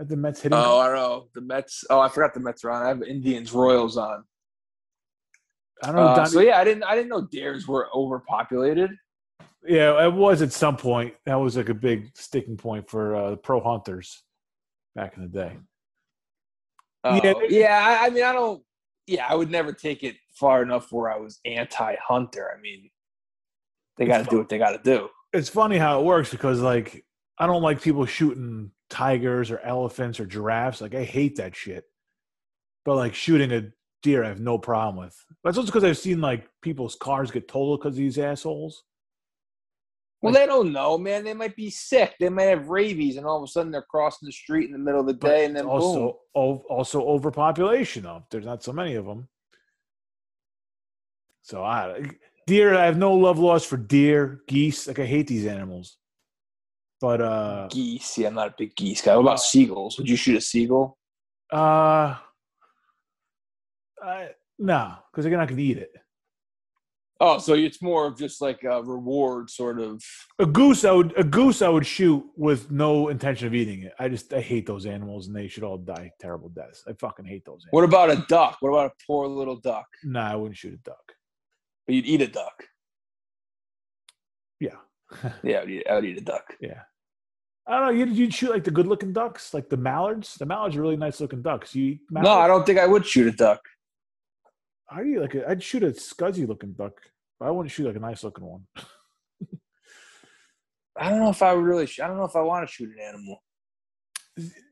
[SPEAKER 2] At the Mets hitting?
[SPEAKER 1] Oh, I don't know. The Mets. Oh, I forgot the Mets are on. I have Indians Royals on.
[SPEAKER 2] I don't know.
[SPEAKER 1] Uh,
[SPEAKER 2] Donnie,
[SPEAKER 1] so yeah, I didn't. I didn't know dares were overpopulated.
[SPEAKER 2] yeah, it was at some point. That was like a big sticking point for uh, pro hunters back in the day.
[SPEAKER 1] Uh,
[SPEAKER 2] Yeah,
[SPEAKER 1] yeah,
[SPEAKER 2] they-
[SPEAKER 1] I, I mean, I don't. Yeah, I would never take it far enough where I was anti-hunter. I mean, they got to do what they got to do.
[SPEAKER 2] it's funny how it works because like I don't like people shooting tigers or elephants or giraffes. Like I hate that shit. But like shooting a deer, I have no problem with. That's also because I've seen like people's cars get totaled because these assholes.
[SPEAKER 1] Well, they don't know, man. They might be sick. They might have rabies, and all of a sudden they're crossing the street in the middle of the
[SPEAKER 2] But
[SPEAKER 1] day, and then boom.
[SPEAKER 2] also, o- also overpopulation. Of there's not so many of them. So I deer, I have no love lost for deer, geese. Like I hate these animals. But uh,
[SPEAKER 1] Geese. Yeah, I'm not a big geese guy. What about seagulls? Would you shoot a seagull?
[SPEAKER 2] Uh, I, no, because they're not going to eat it.
[SPEAKER 1] Oh, so it's more of just like a reward sort of.
[SPEAKER 2] A goose, I would a goose, I would shoot with no intention of eating it. I just I hate those animals, and they should all die terrible deaths. I fucking hate those. Animals.
[SPEAKER 1] What about a duck? What about a poor little duck?
[SPEAKER 2] No, I wouldn't shoot a duck.
[SPEAKER 1] But you'd eat a duck.
[SPEAKER 2] Yeah.
[SPEAKER 1] yeah, I would eat, I would eat a duck.
[SPEAKER 2] I don't know. You'd, you'd shoot like the good-looking ducks, like the mallards. The mallards are really nice-looking ducks. You eat mallards?
[SPEAKER 1] No, I don't think I would shoot a duck.
[SPEAKER 2] How do you like? A, I'd shoot a scuzzy-looking duck. But I wouldn't shoot like a nice-looking one.
[SPEAKER 1] I don't know if I would really. Sh- I don't know if I want to shoot an animal.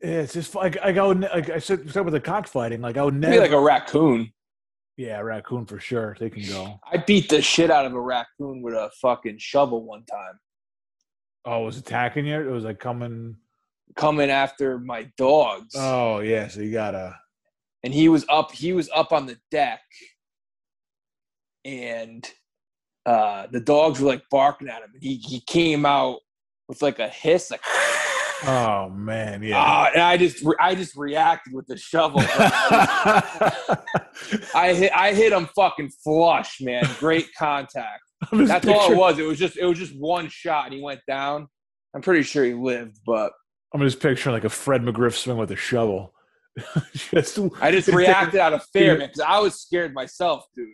[SPEAKER 2] Yeah, it's just like like I would ne- like I said said with the cockfighting. Like I would
[SPEAKER 1] Maybe
[SPEAKER 2] never.
[SPEAKER 1] like a raccoon.
[SPEAKER 2] yeah, raccoon for sure. They can go.
[SPEAKER 1] I beat the shit out of a raccoon with a fucking shovel one time,
[SPEAKER 2] Oh, it was attacking you? It was like coming.
[SPEAKER 1] coming after my dogs,
[SPEAKER 2] Oh yeah, so you gotta.
[SPEAKER 1] and he was up. He was up on the deck, and uh, the dogs were like barking at him, and he he came out with like a hiss, like
[SPEAKER 2] Oh man, yeah.
[SPEAKER 1] Ah, and I just re- I just reacted with the shovel. Ah, I hit I hit him fucking flush, man. Great contact.
[SPEAKER 2] I'm just
[SPEAKER 1] oh, That's all it
[SPEAKER 2] picturing-
[SPEAKER 1] was. It was just it was just one shot, and he went down. I'm pretty sure he lived, but
[SPEAKER 2] I'm just picturing like a Fred McGriff swing with a shovel. just,
[SPEAKER 1] I just reacted out of fear, man, because I was scared myself, dude.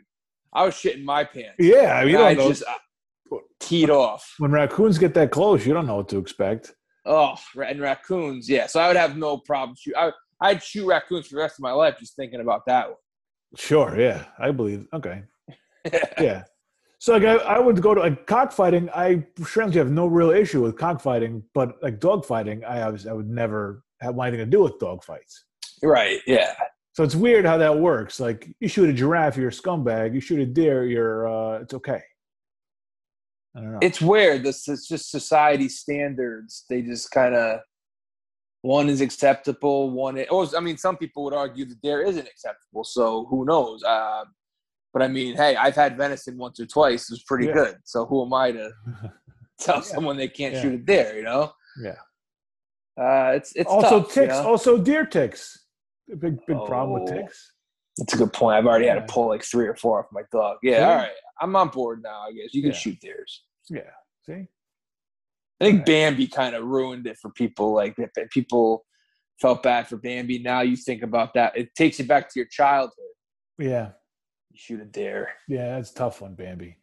[SPEAKER 1] I was shitting my pants.
[SPEAKER 2] Yeah, I mean, you
[SPEAKER 1] And
[SPEAKER 2] don't
[SPEAKER 1] I
[SPEAKER 2] know.
[SPEAKER 1] just uh, teed off.
[SPEAKER 2] when raccoons get that close, you don't know what to expect.
[SPEAKER 1] Oh, ra- and raccoons, yeah. So I would have no problem shoot. I, I'd shoot raccoons for the rest of my life just thinking about that one.
[SPEAKER 2] Sure, yeah, I believe. Okay, yeah. So like I, I would go to like cockfighting. I strangely have no real issue with cockfighting, but like dogfighting, I obviously I would never have anything to do with dogfights.
[SPEAKER 1] right, yeah.
[SPEAKER 2] So it's weird how that works. Like you shoot a giraffe, you're a scumbag. You shoot a deer, you're uh, it's okay. I don't know.
[SPEAKER 1] It's weird. This it's just society standards. They just kind of one is acceptable, one. Is, or I mean, some people would argue that there isn't acceptable. So who knows? Um, but I mean, hey, I've had venison once or twice. It was pretty
[SPEAKER 2] Yeah.
[SPEAKER 1] good. So who am I to tell
[SPEAKER 2] Yeah.
[SPEAKER 1] someone they can't
[SPEAKER 2] Yeah.
[SPEAKER 1] shoot it there? You know?
[SPEAKER 2] Yeah.
[SPEAKER 1] Uh, it's it's
[SPEAKER 2] also
[SPEAKER 1] tough, you
[SPEAKER 2] ticks.
[SPEAKER 1] know?
[SPEAKER 2] Also deer ticks. A big big problem with
[SPEAKER 1] Oh.
[SPEAKER 2] ticks.
[SPEAKER 1] That's a good point. I've already had
[SPEAKER 2] Yeah.
[SPEAKER 1] to pull like three or four off my dog. Yeah,
[SPEAKER 2] Yeah.
[SPEAKER 1] all right. I'm on board now, I guess. You can
[SPEAKER 2] Yeah.
[SPEAKER 1] shoot theirs.
[SPEAKER 2] Yeah. See.
[SPEAKER 1] I think
[SPEAKER 2] Right.
[SPEAKER 1] Bambi kind of ruined it for people. Like if if people felt bad for Bambi. Now you think about that. It takes you back to your childhood.
[SPEAKER 2] Yeah.
[SPEAKER 1] You shoot a deer.
[SPEAKER 2] Yeah. That's a tough one, Bambi.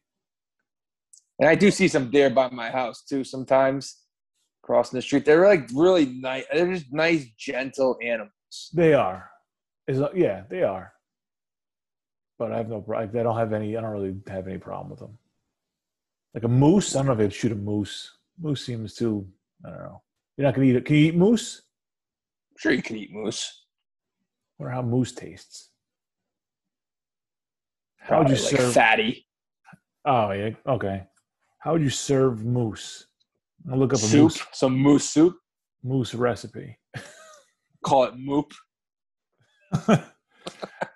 [SPEAKER 1] And I do see some deer by my house too sometimes crossing the street. They're like really nice. They're just nice, gentle animals.
[SPEAKER 2] They are. Is uh, yeah, they are. But I have no. pro- Like, I don't have any. I don't really have any problem with them. Like a moose. I don't know if I'd shoot a moose. Moose seems too. I don't know. You're not gonna eat it. Can you eat moose?
[SPEAKER 1] I'm sure you could eat moose.
[SPEAKER 2] I wonder how moose tastes. How would you
[SPEAKER 1] Probably, like
[SPEAKER 2] serve?
[SPEAKER 1] fatty
[SPEAKER 2] Oh yeah. Okay. How would you serve moose? I'll look up a
[SPEAKER 1] soup?
[SPEAKER 2] moose
[SPEAKER 1] Some moose soup.
[SPEAKER 2] moose recipe.
[SPEAKER 1] Call it moop.
[SPEAKER 2] uh,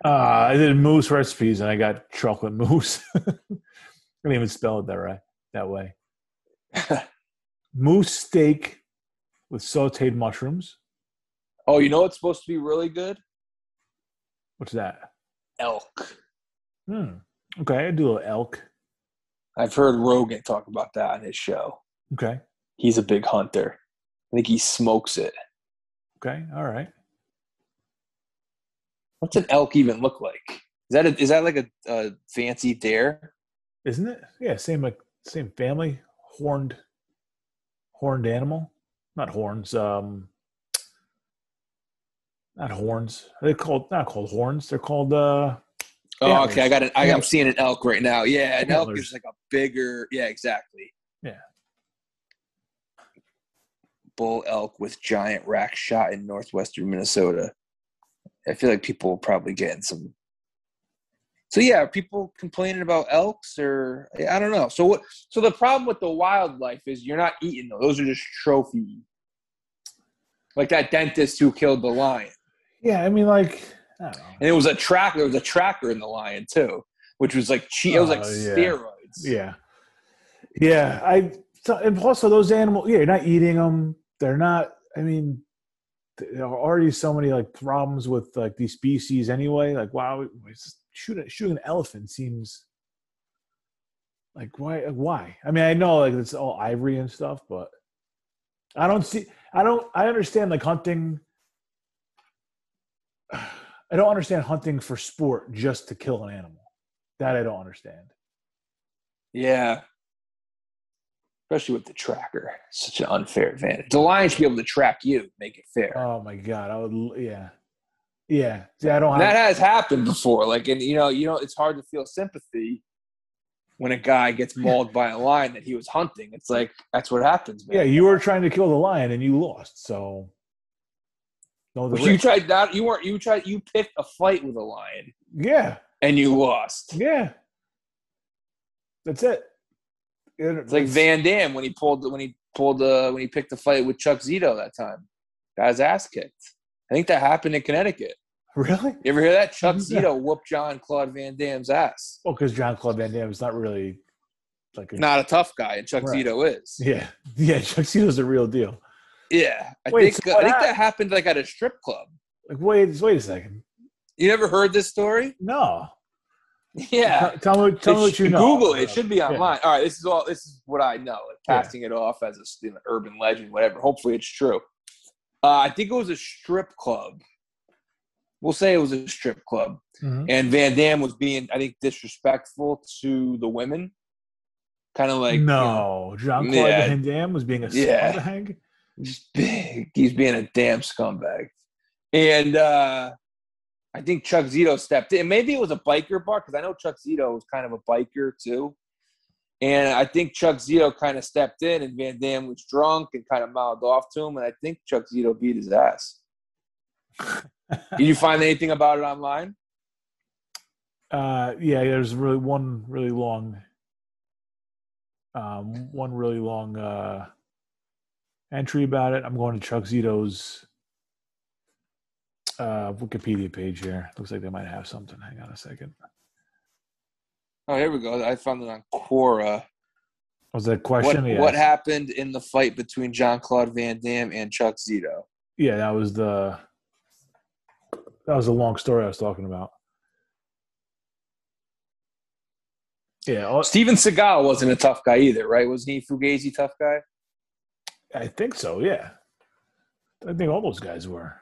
[SPEAKER 2] I did moose recipes and I got chocolate mousse. I didn't even spell it that right that way. Moose steak with sauteed mushrooms.
[SPEAKER 1] Oh, you know what's supposed to be really good?
[SPEAKER 2] What's that?
[SPEAKER 1] Elk.
[SPEAKER 2] Hmm. Okay, I do a little elk.
[SPEAKER 1] I've heard Rogan talk about that on his show.
[SPEAKER 2] Okay.
[SPEAKER 1] He's a big hunter. I think he smokes it.
[SPEAKER 2] Okay. All right.
[SPEAKER 1] What's an elk even look like? Is that a, is that like a, a fancy deer?
[SPEAKER 2] Isn't it? Yeah, same like same family. Horned horned animal. Not horns. Um not horns. Are they called not called horns. They're called uh
[SPEAKER 1] Oh,
[SPEAKER 2] Antlers.
[SPEAKER 1] okay. I got it. I, I'm seeing an elk right now. Yeah, an elk
[SPEAKER 2] Antlers.
[SPEAKER 1] is like a bigger. Yeah, exactly.
[SPEAKER 2] Yeah.
[SPEAKER 1] Bull elk with giant rack shot in northwestern Minnesota. I feel like people will probably get in some. So yeah, are people complaining about elks or I don't know. So what? So the problem with the wildlife is you're not eating those. Those are just trophy. Like that dentist who killed the lion.
[SPEAKER 2] Yeah, I mean like I don't know.
[SPEAKER 1] and it was a tracker. There was a tracker in the lion too, which was like cheat. It was like
[SPEAKER 2] Oh, yeah.
[SPEAKER 1] steroids.
[SPEAKER 2] Yeah, yeah. I so- and also those animals. Yeah, you're not eating them. They're not. I mean, there are already so many like problems with like these species anyway. Like, wow, we- we just- shoot shooting an elephant seems like why? Why? I mean, I know like it's all ivory and stuff, but I don't see. I don't. I understand like hunting. I don't understand hunting for sport just to kill an animal. That I don't understand.
[SPEAKER 1] yeah. Especially with the tracker, such an unfair advantage. The lion should be able to track you, make it fair.
[SPEAKER 2] Oh my god, I would. l- Yeah, yeah. See, I don't
[SPEAKER 1] And that
[SPEAKER 2] have.
[SPEAKER 1] has happened before. Like, and you know, you know, it's hard to feel sympathy when a guy gets mauled by a lion that he was hunting. It's like that's what happens, man.
[SPEAKER 2] Yeah, you were trying to kill the lion and you lost. So, no, the
[SPEAKER 1] But you
[SPEAKER 2] risk.
[SPEAKER 1] tried that. You weren't. You tried. You picked a fight with a lion
[SPEAKER 2] yeah,
[SPEAKER 1] and you lost.
[SPEAKER 2] yeah. That's it.
[SPEAKER 1] It's like Van Dam when he pulled when he pulled uh, when he picked the fight with Chuck Zito that time. Got his ass kicked. I think that happened in Connecticut.
[SPEAKER 2] Really?
[SPEAKER 1] You ever hear that? Chuck
[SPEAKER 2] Yeah.
[SPEAKER 1] Zito whooped John Claude Van Dam's ass.
[SPEAKER 2] Well, because Oh, John Claude Van Damme is not really like a.
[SPEAKER 1] Not a tough guy, and Chuck
[SPEAKER 2] Right.
[SPEAKER 1] Zito is.
[SPEAKER 2] Yeah, yeah. Tuxedo's a real deal.
[SPEAKER 1] Yeah, I
[SPEAKER 2] Wait,
[SPEAKER 1] think
[SPEAKER 2] so
[SPEAKER 1] I
[SPEAKER 2] what
[SPEAKER 1] think that
[SPEAKER 2] happened?
[SPEAKER 1] happened like at a strip club.
[SPEAKER 2] Like, wait, wait a second.
[SPEAKER 1] You never heard this story?
[SPEAKER 2] No.
[SPEAKER 1] Yeah.
[SPEAKER 2] T- Tell me, tell me
[SPEAKER 1] It
[SPEAKER 2] what
[SPEAKER 1] sh-
[SPEAKER 2] you know.
[SPEAKER 1] Google it. It should be
[SPEAKER 2] Yeah.
[SPEAKER 1] online. All right, this is all. This is what I know. Like
[SPEAKER 2] Yeah.
[SPEAKER 1] passing it off as a s- you know, urban legend, whatever. Hopefully, it's true. Uh, I think it was a strip club. We'll say it was a strip club,
[SPEAKER 2] Mhm.
[SPEAKER 1] and Van Damme was being, I think, disrespectful to the women. Kind of like you know,
[SPEAKER 2] no, Jean Claude
[SPEAKER 1] Yeah.
[SPEAKER 2] Van Damme was being a
[SPEAKER 1] Yeah.
[SPEAKER 2] scumbag.
[SPEAKER 1] just big. He's being a damn scumbag. And uh, I think Chuck Zito stepped in. Maybe it was a biker bar because I know Chuck Zito was kind of a biker too. And I think Chuck Zito kind of stepped in, and Van Dam was drunk and kind of mouthed off to him. And I think Chuck Zito beat his ass. Did you find anything about it online?
[SPEAKER 2] Uh, yeah, there's really one really long, um, one really long uh, entry about it. I'm going to Chuck Zito's uh, Wikipedia page here. Looks like they might have something. Hang on a second.
[SPEAKER 1] Oh, here we go. I found it on Quora.
[SPEAKER 2] Was that a
[SPEAKER 1] What,
[SPEAKER 2] question? yeah.
[SPEAKER 1] what happened in the fight between Jean Claude Van Damme and Chuck Zito?
[SPEAKER 2] yeah, that was the that was the long story I was talking about. Yeah, oh, all-
[SPEAKER 1] Steven Seagal wasn't a tough guy either, right? Wasn't he a Fugazi tough guy?
[SPEAKER 2] I think so. Yeah, I think all those guys were.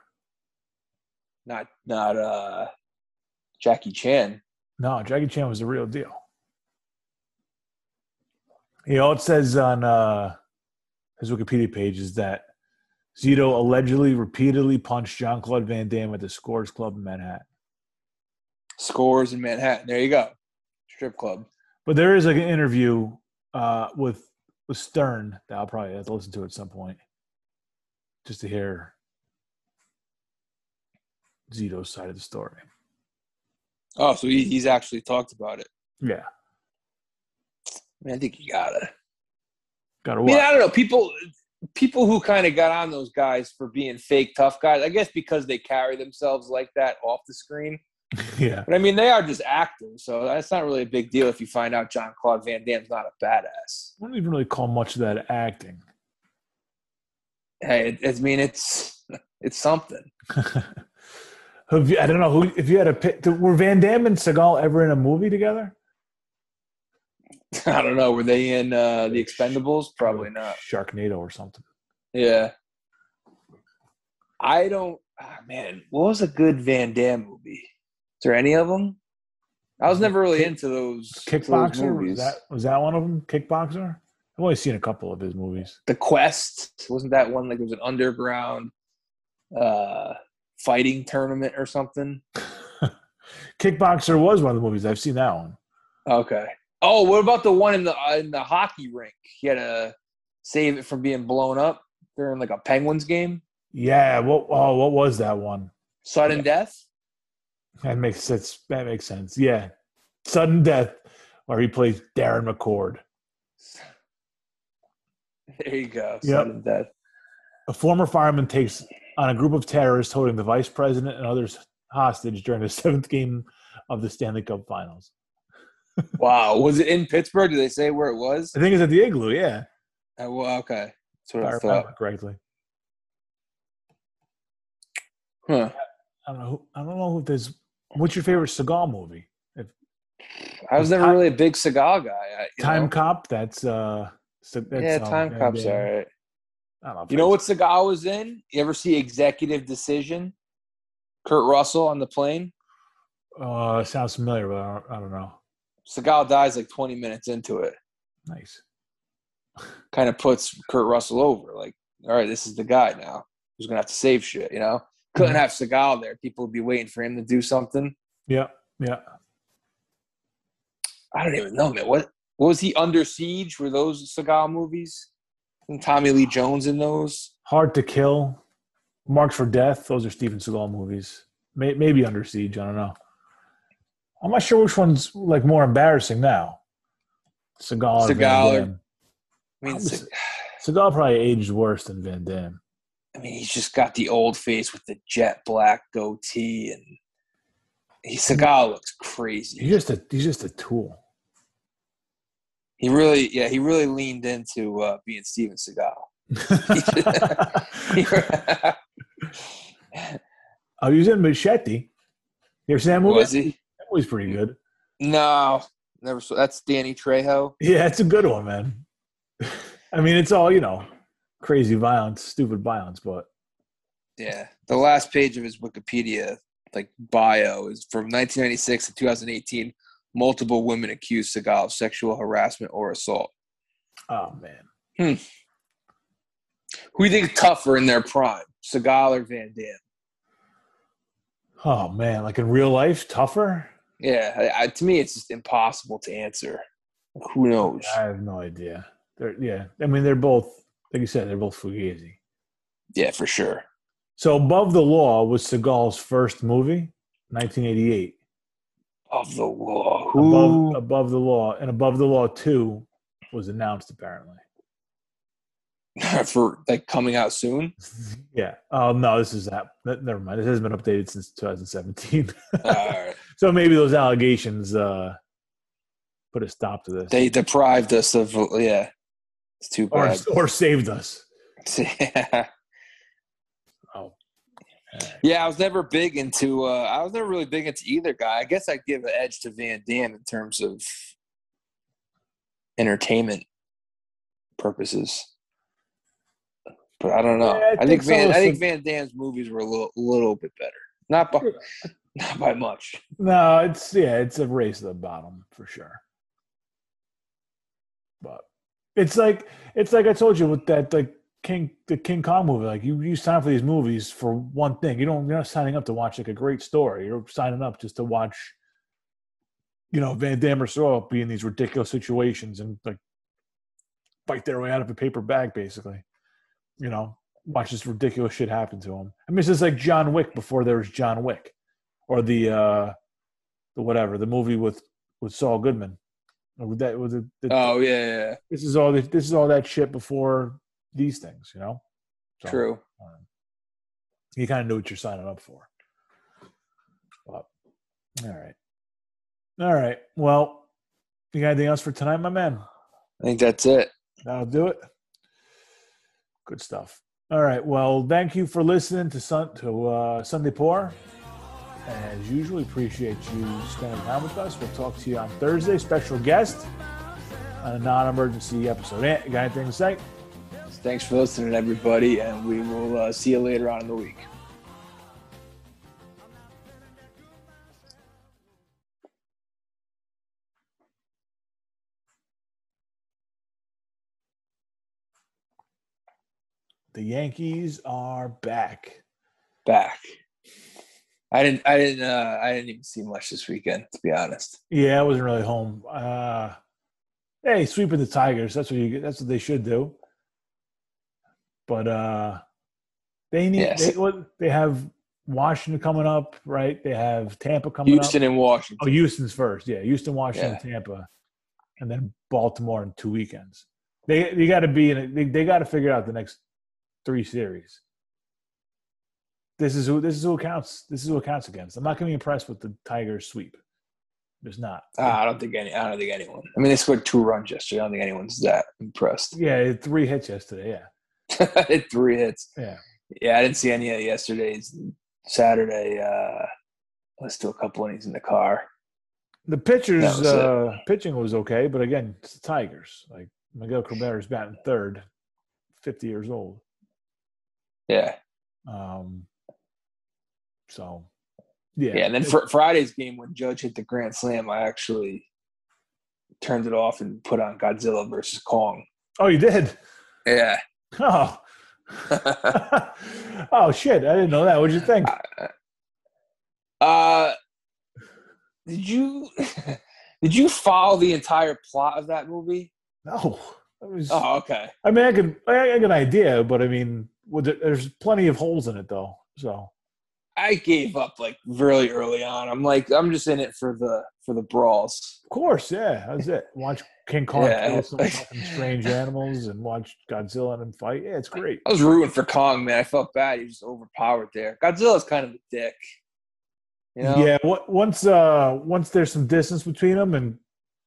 [SPEAKER 1] not not uh Jackie Chan.
[SPEAKER 2] No, Jackie Chan was the real deal. You know, it says on uh, his Wikipedia page is that Zito allegedly repeatedly punched Jean Claude Van Damme at the Scores Club in Manhattan.
[SPEAKER 1] Scores in Manhattan. There you go. Strip club.
[SPEAKER 2] But there is like an interview uh, with with Stern that I'll probably have to listen to at some point, just to hear Zito's side of the story.
[SPEAKER 1] Oh, so he, he's actually talked about it.
[SPEAKER 2] Yeah,
[SPEAKER 1] I, mean, I think you gotta.
[SPEAKER 2] got to
[SPEAKER 1] I mean,
[SPEAKER 2] watch.
[SPEAKER 1] I don't know. People people who kind of got on those guys for being fake tough guys. I guess because they carry themselves like that off the screen.
[SPEAKER 2] yeah,
[SPEAKER 1] But I mean, they are just actors, so that's not really a big deal if you find out John Claude Van Damme's not a badass.
[SPEAKER 2] I don't even really call much of that acting.
[SPEAKER 1] Hey, it, I mean, it's it's something.
[SPEAKER 2] Have you, I don't know who. If you had a pick, were Van Damme and Seagal ever in a movie together?
[SPEAKER 1] I don't know. Were they in uh, the Expendables? Probably not.
[SPEAKER 2] Sharknado or something.
[SPEAKER 1] Yeah. I don't. ah, man, what was a good Van Damme movie? Is there any of them? I was never really
[SPEAKER 2] Mm-hmm. Kick-
[SPEAKER 1] into those to those
[SPEAKER 2] Kickboxer was
[SPEAKER 1] movies.
[SPEAKER 2] that was that one of them? Kickboxer. I've only seen a couple of his movies.
[SPEAKER 1] the Quest wasn't that one? Like it was an underground uh, fighting tournament or something.
[SPEAKER 2] Kickboxer was one of the movies I've seen. That one.
[SPEAKER 1] Okay. Oh, what about the one in the uh, in the hockey rink? He had to save it from being blown up during like a Penguins game.
[SPEAKER 2] Yeah. What? Oh, what was that one?
[SPEAKER 1] Sudden death.
[SPEAKER 2] That makes sense. That makes sense. Yeah. Sudden Death, where he plays Darren McCord,
[SPEAKER 1] There you go.
[SPEAKER 2] Yep.
[SPEAKER 1] Sudden death.
[SPEAKER 2] a former fireman, takes on a group of terrorists holding the vice president and others hostage during the seventh game of the Stanley Cup Finals.
[SPEAKER 1] Wow. Was it in Pittsburgh? Did they say where it was?
[SPEAKER 2] I think it's at the igloo, yeah.
[SPEAKER 1] Uh, well, okay. That's
[SPEAKER 2] If
[SPEAKER 1] what
[SPEAKER 2] I
[SPEAKER 1] I
[SPEAKER 2] remember
[SPEAKER 1] thought.
[SPEAKER 2] correctly.
[SPEAKER 1] Huh.
[SPEAKER 2] I don't know. Who, I don't know if there's. What's your favorite Seagal movie?
[SPEAKER 1] I was never
[SPEAKER 2] Time-
[SPEAKER 1] really a big Seagal guy. I, you
[SPEAKER 2] Time
[SPEAKER 1] know?
[SPEAKER 2] Cop. That's uh. so- That's,
[SPEAKER 1] yeah,
[SPEAKER 2] um,
[SPEAKER 1] Time
[SPEAKER 2] Van
[SPEAKER 1] Cop's
[SPEAKER 2] Damme.
[SPEAKER 1] all right.
[SPEAKER 2] I don't know. if
[SPEAKER 1] You know what
[SPEAKER 2] it's-
[SPEAKER 1] Seagal was in? You ever see Executive Decision? Kurt Russell on the plane?
[SPEAKER 2] Uh, sounds familiar, but I don't, I don't know.
[SPEAKER 1] Seagal dies like 20 minutes into it.
[SPEAKER 2] Nice.
[SPEAKER 1] Kind of puts Kurt Russell over. Like, all right, this is the guy now who's going to have to save shit, you know? Couldn't
[SPEAKER 2] Mhm.
[SPEAKER 1] have Seagal there. People would be waiting for him to do something.
[SPEAKER 2] Yeah, yeah.
[SPEAKER 1] I don't even know, man. What, what was he under siege? Were those Seagal movies? And Tommy Lee Jones in those?
[SPEAKER 2] Hard to Kill, Marked for Death. Those are Steven Seagal movies. May, maybe Under Siege. I don't know. I'm not sure which one's like more embarrassing now. Seagal. Or
[SPEAKER 1] Seagal or-
[SPEAKER 2] Van Damme.
[SPEAKER 1] I mean,
[SPEAKER 2] I would
[SPEAKER 1] Se-
[SPEAKER 2] say- Seagal probably aged worse than Van Damme.
[SPEAKER 1] I mean, he's just got the old face with the jet black goatee, and he Seagal looks
[SPEAKER 2] He's
[SPEAKER 1] crazy.
[SPEAKER 2] just a he's just a tool.
[SPEAKER 1] He really, yeah, he really leaned into uh, being Steven Seagal.
[SPEAKER 2] I was in Machete. You ever seen that movie?
[SPEAKER 1] was he?
[SPEAKER 2] That movie's pretty good.
[SPEAKER 1] No, never. Saw, that's Danny Trejo.
[SPEAKER 2] Yeah, it's a good one, man. I mean, it's all you know, crazy violence, stupid violence, but
[SPEAKER 1] Yeah, the last page of his Wikipedia like bio is from 1996 to 2018. Multiple women accused Seagal of sexual harassment or assault.
[SPEAKER 2] oh man,
[SPEAKER 1] Who do you think is tougher in their prime, Seagal or Van Dam?
[SPEAKER 2] oh man, like in real life, tougher.
[SPEAKER 1] Yeah, I, I, to me, it's just impossible to answer. Who knows?
[SPEAKER 2] I have no idea. They're yeah. I mean, they're both like you said, they're both fugazi.
[SPEAKER 1] Yeah, for sure.
[SPEAKER 2] So above the law was Seagal's first movie, 1988.
[SPEAKER 1] Of the law,
[SPEAKER 2] Above,
[SPEAKER 1] who?
[SPEAKER 2] above the law, and above the law two was announced apparently.
[SPEAKER 1] for like coming out soon.
[SPEAKER 2] Yeah. Oh no, this is that. that- Never mind. This hasn't been updated since 2017.
[SPEAKER 1] All right.
[SPEAKER 2] so maybe those allegations uh, put a stop to this,
[SPEAKER 1] They deprived us of yeah. It's too
[SPEAKER 2] or
[SPEAKER 1] bad.
[SPEAKER 2] or saved us.
[SPEAKER 1] yeah.
[SPEAKER 2] Oh.
[SPEAKER 1] Yeah, I was never big into. Uh, I was never really big into either guy. I guess I'd give an edge to Van Dam in terms of entertainment purposes. But I don't know.
[SPEAKER 2] Yeah, I
[SPEAKER 1] I, think,
[SPEAKER 2] think so.
[SPEAKER 1] Van. I think Van Dam's movies were a little, little bit better. Not by, not by much.
[SPEAKER 2] No, it's yeah, it's a race to the bottom for sure. But it's like it's like I told you with that like King the King Kong movie. Like you, you sign up for these movies for one thing. You don't you're not signing up to watch like a great story. You're signing up just to watch, you know, Van Damme or Saw be in these ridiculous situations and like fight their way out of a paper bag, basically. You know, watch this ridiculous shit happen to them. I mean, it's just like John Wick before there was John Wick, or the uh, the whatever the movie with with Saul Goodman. Or That was the, the,
[SPEAKER 1] Oh yeah, yeah, yeah.
[SPEAKER 2] this is all this is all that shit before these things, you know. So,
[SPEAKER 1] true.
[SPEAKER 2] um, you kind of know what you're signing up for. But, all right, all right. Well, you got anything else for tonight, my man?
[SPEAKER 1] I think that's it.
[SPEAKER 2] That'll do it. Good stuff. All right. Well, thank you for listening to Sun to uh, Sunday Pour. As usual, we appreciate you spending time with us. We'll talk to you on Thursday. Special guest on a non-emergency episode. Eh, Got anything to say?
[SPEAKER 1] Thanks for listening, everybody, and we will uh, see you later on in the week.
[SPEAKER 2] The Yankees are back.
[SPEAKER 1] back. I didn't. I didn't. Uh, I didn't even see much this weekend, to be honest.
[SPEAKER 2] Yeah, I wasn't really home. Uh, hey, sweeping the Tigers. That's what you. That's what they should do. But uh, they need.
[SPEAKER 1] Yes.
[SPEAKER 2] They, what, they have Washington coming up, right? They have Tampa coming
[SPEAKER 1] Houston
[SPEAKER 2] up.
[SPEAKER 1] and
[SPEAKER 2] Oh,
[SPEAKER 1] Washington.
[SPEAKER 2] Houston's first. Yeah, Houston, Washington, Tampa, and then Baltimore in two weekends. They they got to be in. It, they they got to figure out the next three series. This is who this is who counts. This is who it counts against. I'm not going to be impressed with the Tigers sweep. There's not.
[SPEAKER 1] Ah, I don't think any. I don't think anyone. I mean, they scored two runs yesterday. I don't think anyone's that impressed.
[SPEAKER 2] Yeah, it had three hits yesterday. Yeah,
[SPEAKER 1] Hit Three hits.
[SPEAKER 2] Yeah.
[SPEAKER 1] Yeah, I didn't see any of yesterday's. Saturday. Uh, let's do a couple innings in the car.
[SPEAKER 2] the pitchers
[SPEAKER 1] That was it.
[SPEAKER 2] uh, pitching was okay, but again, it's the Tigers. Like Miguel Cabrera's batting third, fifty years old.
[SPEAKER 1] Yeah.
[SPEAKER 2] Um, so
[SPEAKER 1] Yeah.
[SPEAKER 2] yeah,
[SPEAKER 1] and then fr- Friday's game when Judge hit the grand slam, I actually turned it off and put on Godzilla versus Kong.
[SPEAKER 2] oh, you did.
[SPEAKER 1] Yeah.
[SPEAKER 2] Oh, oh shit! I didn't know that. What'd you think?
[SPEAKER 1] Uh, did you did you follow the entire plot of that movie?
[SPEAKER 2] No, I, was,
[SPEAKER 1] Oh, okay.
[SPEAKER 2] I mean, I could, I I got an idea, but I mean, with it- there's plenty of holes in it though. So
[SPEAKER 1] I gave up like really early on. I'm like, I'm just in it for the for the brawls.
[SPEAKER 2] Of course, yeah. That's it. Watch King Kong
[SPEAKER 1] Yeah.
[SPEAKER 2] kill some fucking strange animals and watch Godzilla and him fight. Yeah, it's great.
[SPEAKER 1] I was rooting for Kong, man. I felt bad. He was just overpowered there. Godzilla's kind of a dick. You know?
[SPEAKER 2] Yeah. What, once uh once there's some distance between them and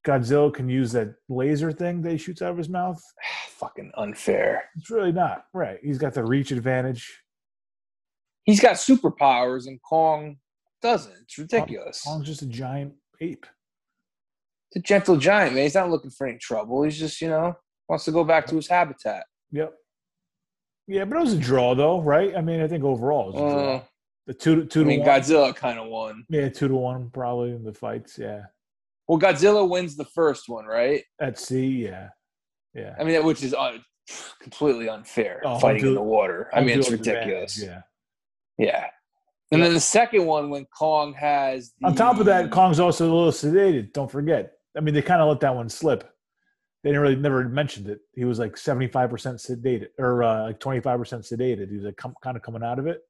[SPEAKER 2] Godzilla can use that laser thing that he shoots out of his mouth.
[SPEAKER 1] Fucking unfair.
[SPEAKER 2] It's really not right. He's got the reach advantage.
[SPEAKER 1] He's got superpowers and Kong doesn't. It's ridiculous.
[SPEAKER 2] Kong's just a giant ape.
[SPEAKER 1] It's a gentle giant, man. He's not looking for any trouble. He's just, you know, wants to go back to his habitat.
[SPEAKER 2] Yep. Yeah, but it was a draw though, right? I mean, I think overall, it was a draw.
[SPEAKER 1] Uh,
[SPEAKER 2] the two to two
[SPEAKER 1] I
[SPEAKER 2] to
[SPEAKER 1] mean,
[SPEAKER 2] one.
[SPEAKER 1] Godzilla kind of won.
[SPEAKER 2] Yeah, two to one probably in the fights. Yeah,
[SPEAKER 1] Well, Godzilla wins the first one, right?
[SPEAKER 2] at sea. Yeah, yeah.
[SPEAKER 1] I mean, which is uh, completely unfair.
[SPEAKER 2] Oh,
[SPEAKER 1] fighting
[SPEAKER 2] undo-
[SPEAKER 1] in the water. I mean, it's
[SPEAKER 2] Undual advantage,
[SPEAKER 1] ridiculous.
[SPEAKER 2] Yeah.
[SPEAKER 1] Yeah. And then the second one, when Kong has the,
[SPEAKER 2] On top of that, Kong's also a little sedated. Don't forget. I mean, they kind of let that one slip. They didn't really never mentioned it. He was like seventy five percent sedated, or uh, like twenty five percent sedated. He was like com- kind of coming out of it.